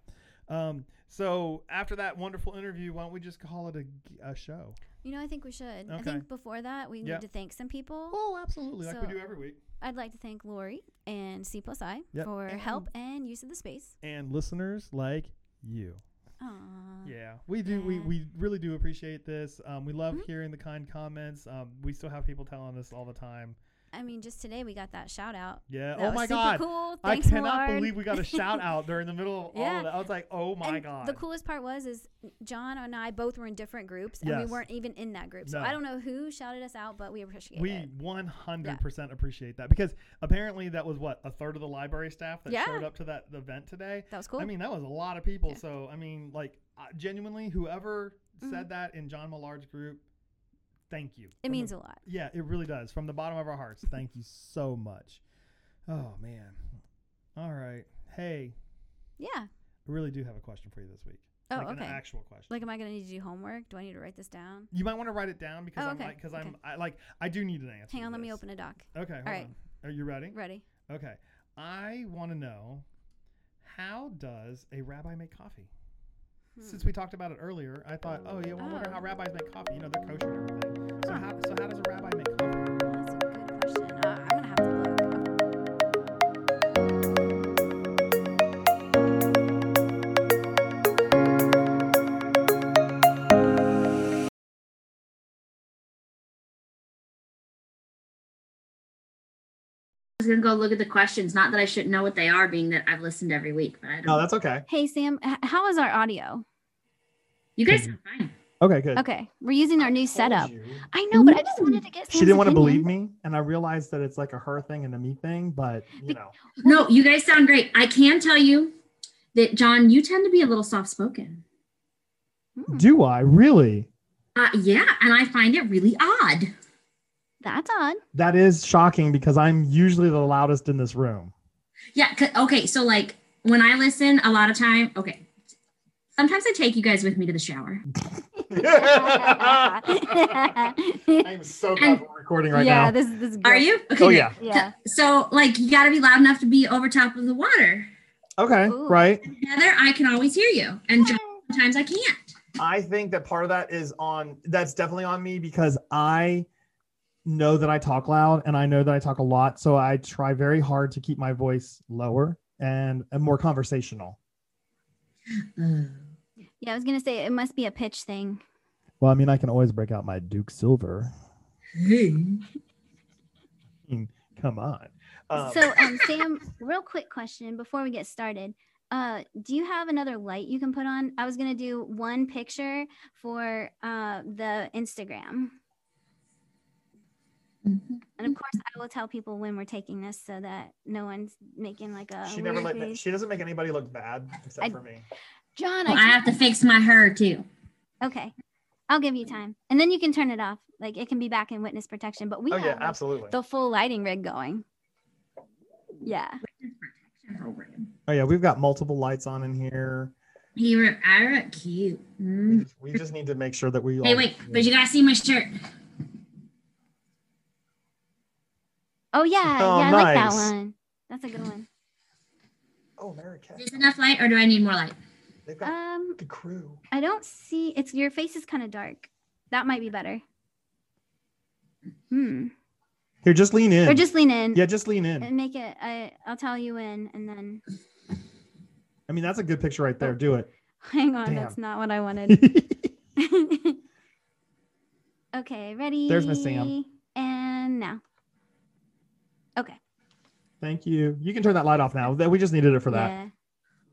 Speaker 1: Um, so after that wonderful interview, why don't we just call it a, g- a show?
Speaker 2: You know, I think we should. I
Speaker 1: Okay.
Speaker 2: think before that, we
Speaker 1: Yeah.
Speaker 2: need to thank some people.
Speaker 1: Oh, absolutely, like we
Speaker 2: So-
Speaker 1: do every week.
Speaker 2: I'd like to thank Lori and C plus I
Speaker 1: Yep.
Speaker 2: for help and use of the space.
Speaker 1: And listeners like you.
Speaker 2: Aww.
Speaker 1: Yeah, we do.
Speaker 2: Uh, Yeah.
Speaker 1: We,
Speaker 2: Mm-hmm.
Speaker 1: we really do appreciate this. Um, we love hearing the kind comments. Um, we still have people telling us all the time.
Speaker 2: I mean, just today we got that shout out.
Speaker 1: Yeah.
Speaker 2: That
Speaker 1: oh
Speaker 2: was
Speaker 1: my
Speaker 2: super
Speaker 1: God.
Speaker 2: Cool.
Speaker 1: I
Speaker 2: Thanks,
Speaker 1: cannot
Speaker 2: Lord.
Speaker 1: believe we got a shout out during the middle of all
Speaker 2: Yeah.
Speaker 1: of that. I was like, oh my
Speaker 2: And
Speaker 1: God.
Speaker 2: The coolest part was is John and I both were in different groups and
Speaker 1: Yes.
Speaker 2: we weren't even in that group. So
Speaker 1: No.
Speaker 2: I don't know who shouted us out, but we appreciate
Speaker 1: we
Speaker 2: it.
Speaker 1: 100% appreciate that because apparently that was what a third of the library staff that
Speaker 2: Yeah.
Speaker 1: showed up to that event today.
Speaker 2: That was cool.
Speaker 1: I mean, that was a lot of people. So, I mean, like, uh, genuinely, whoever said that in John Millard's group, thank you.
Speaker 2: Mm-hmm. it means a lot.
Speaker 1: Yeah, it really does. From the bottom of our hearts, thank you so much. Oh, man. All right. Hey,
Speaker 2: Yeah.
Speaker 1: I really do have a question for you this week.
Speaker 2: Oh,
Speaker 1: like
Speaker 2: okay.
Speaker 1: An actual question.
Speaker 2: Like, am I going to need to do homework? Do I need to write this down?
Speaker 1: you might want to write it down because
Speaker 2: Oh,
Speaker 1: I'm
Speaker 2: okay,
Speaker 1: like, because
Speaker 2: okay.
Speaker 1: I'm I, like, I do need an answer.
Speaker 2: Hang
Speaker 1: to
Speaker 2: on, let me
Speaker 1: this.
Speaker 2: open a doc.
Speaker 1: Okay. Hold
Speaker 2: right.
Speaker 1: on. Are you ready?
Speaker 2: Ready?
Speaker 1: Okay. I want to know how does a rabbi make coffee? Since we talked about it earlier, I thought, oh yeah, well, I wonder
Speaker 2: Hmm. Oh.
Speaker 1: how rabbis make coffee. You know, they're kosher and everything. So how so how does a rabbi make coffee?
Speaker 2: That's a good question. Uh, I'm going to have to look.
Speaker 4: was gonna go look at the questions. Not that I shouldn't know what they are, being that I've listened every week, but I don't.
Speaker 3: No, that's okay.
Speaker 2: Hey, Sam, h- how is our audio?
Speaker 4: you guys sound fine.
Speaker 3: Okay, good.
Speaker 2: Okay. We're using our new setup.
Speaker 3: Told you.
Speaker 2: I know, but I just wanted to get
Speaker 3: She
Speaker 2: Sam's
Speaker 3: didn't want to
Speaker 2: opinion.
Speaker 3: believe me, and I realized that it's like a her thing and a me thing, but you know,
Speaker 4: No, you guys sound great. I can tell you that John, you tend to be a little soft spoken.
Speaker 2: Hmm.
Speaker 3: do I really?
Speaker 4: Uh, yeah, and I find it really odd.
Speaker 2: That's odd.
Speaker 3: That is shocking because I'm usually the loudest in this room.
Speaker 4: Yeah. 'cause- Okay. So like when I listen, a lot of time. Okay. Sometimes I take you guys with me to the shower.
Speaker 3: I'm so glad we're recording right
Speaker 2: yeah,
Speaker 3: now.
Speaker 2: this is this is
Speaker 4: Are
Speaker 2: good.
Speaker 4: you? Okay.
Speaker 3: oh
Speaker 4: good.
Speaker 3: yeah.
Speaker 2: Yeah.
Speaker 4: So like you got to be loud enough to be over top of the water.
Speaker 3: Okay.
Speaker 2: Ooh.
Speaker 3: Right.
Speaker 4: Heather, I can always hear you, and John, sometimes I can't.
Speaker 3: I think that part of that is on that's definitely on me because I know that I talk loud and I know that I talk a lot. So I try very hard to keep my voice lower and, and more conversational. Uh,
Speaker 2: Yeah, I was gonna say it must be a pitch thing.
Speaker 3: Well, I mean, I can always break out my Duke Silver. Come on. Um,
Speaker 2: so, um, Sam, real quick question before we get started. Uh, do you have another light you can put on? I was gonna do one picture for uh, the Instagram, and of course, I will tell people when we're taking this so that no one's making like a.
Speaker 3: she never
Speaker 2: weird
Speaker 3: let
Speaker 2: face.
Speaker 3: she doesn't make anybody look bad except
Speaker 2: uh, I-
Speaker 3: for me.
Speaker 2: John,
Speaker 4: Well,
Speaker 2: I
Speaker 4: I have to fix my hair too.
Speaker 2: okay. I'll give you time, and then you can turn it off. Like it can be back in witness protection, but we
Speaker 3: Oh
Speaker 2: have
Speaker 3: yeah,
Speaker 2: like,
Speaker 3: absolutely.
Speaker 2: the full lighting rig going. Yeah.
Speaker 3: Oh yeah, we've got multiple lights on in here.
Speaker 4: He wrote, I wrote cute.
Speaker 3: We
Speaker 4: Mm.
Speaker 3: just, we just need to make sure that we
Speaker 4: Hey,
Speaker 3: all-
Speaker 4: wait, but you gotta see my shirt.
Speaker 2: Oh yeah,
Speaker 3: Oh,
Speaker 2: yeah, I like that
Speaker 3: nice.
Speaker 2: one. That's a good one.
Speaker 3: Oh, Mary Kay.
Speaker 4: Is this enough light or do I need more light?
Speaker 3: They've got
Speaker 2: Um,
Speaker 3: the crew.
Speaker 2: I don't see. It's your face is kind of dark. That might be better. Hmm.
Speaker 3: Here, just lean in.
Speaker 2: Or just lean in
Speaker 3: yeah, just lean in.
Speaker 2: and make it. I I'll tell you when, and then
Speaker 3: I mean, that's a good picture right
Speaker 2: Oh.
Speaker 3: there. Do it.
Speaker 2: hang on.
Speaker 3: Damn.
Speaker 2: That's not what I wanted. okay, ready.
Speaker 3: There's Miss Sam.
Speaker 2: And now.
Speaker 3: Thank you. You can turn that light off now. That- We just needed it for that.
Speaker 2: Yeah.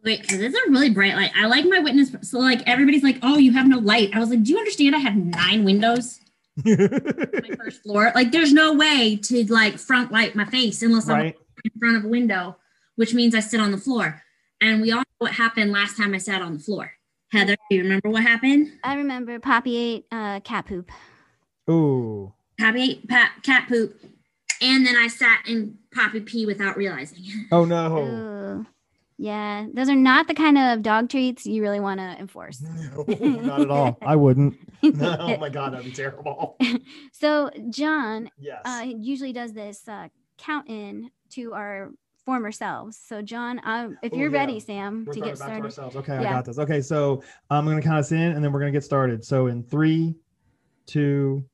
Speaker 4: Wait, because it's a really bright light. I like my witness. So, like, everybody's like, oh, you have no light. I was like, do you understand I have nine windows on my first floor? Like, there's no way to, like, front light my face unless I'm
Speaker 3: right?
Speaker 4: in front of a window which means I sit on the floor. And we all know what happened last time I sat on the floor. Heather, do you remember what happened?
Speaker 2: I remember Poppy ate uh, cat poop.
Speaker 1: Ooh.
Speaker 4: Poppy ate pa- cat poop. And then I sat in Poppy pee without realizing it.
Speaker 1: Oh no.
Speaker 2: Ooh. Yeah, those are not the kind of dog treats you really want to enforce.
Speaker 1: No, not at all. I wouldn't.
Speaker 3: Mm-hmm.
Speaker 1: No, oh my god, that'd be terrible.
Speaker 2: Uh, so John
Speaker 1: Yes.
Speaker 2: uh, usually does this uh, count in to our former selves. So, John, um, if
Speaker 1: Oh,
Speaker 2: you're
Speaker 1: yeah.
Speaker 2: ready, Sam,
Speaker 1: we're
Speaker 2: to get
Speaker 1: throwing it back to
Speaker 2: started.
Speaker 1: ourselves. Okay, I
Speaker 2: Yeah.
Speaker 1: got this. Okay, so I'm gonna count us in and then we're gonna get started. So in three, two,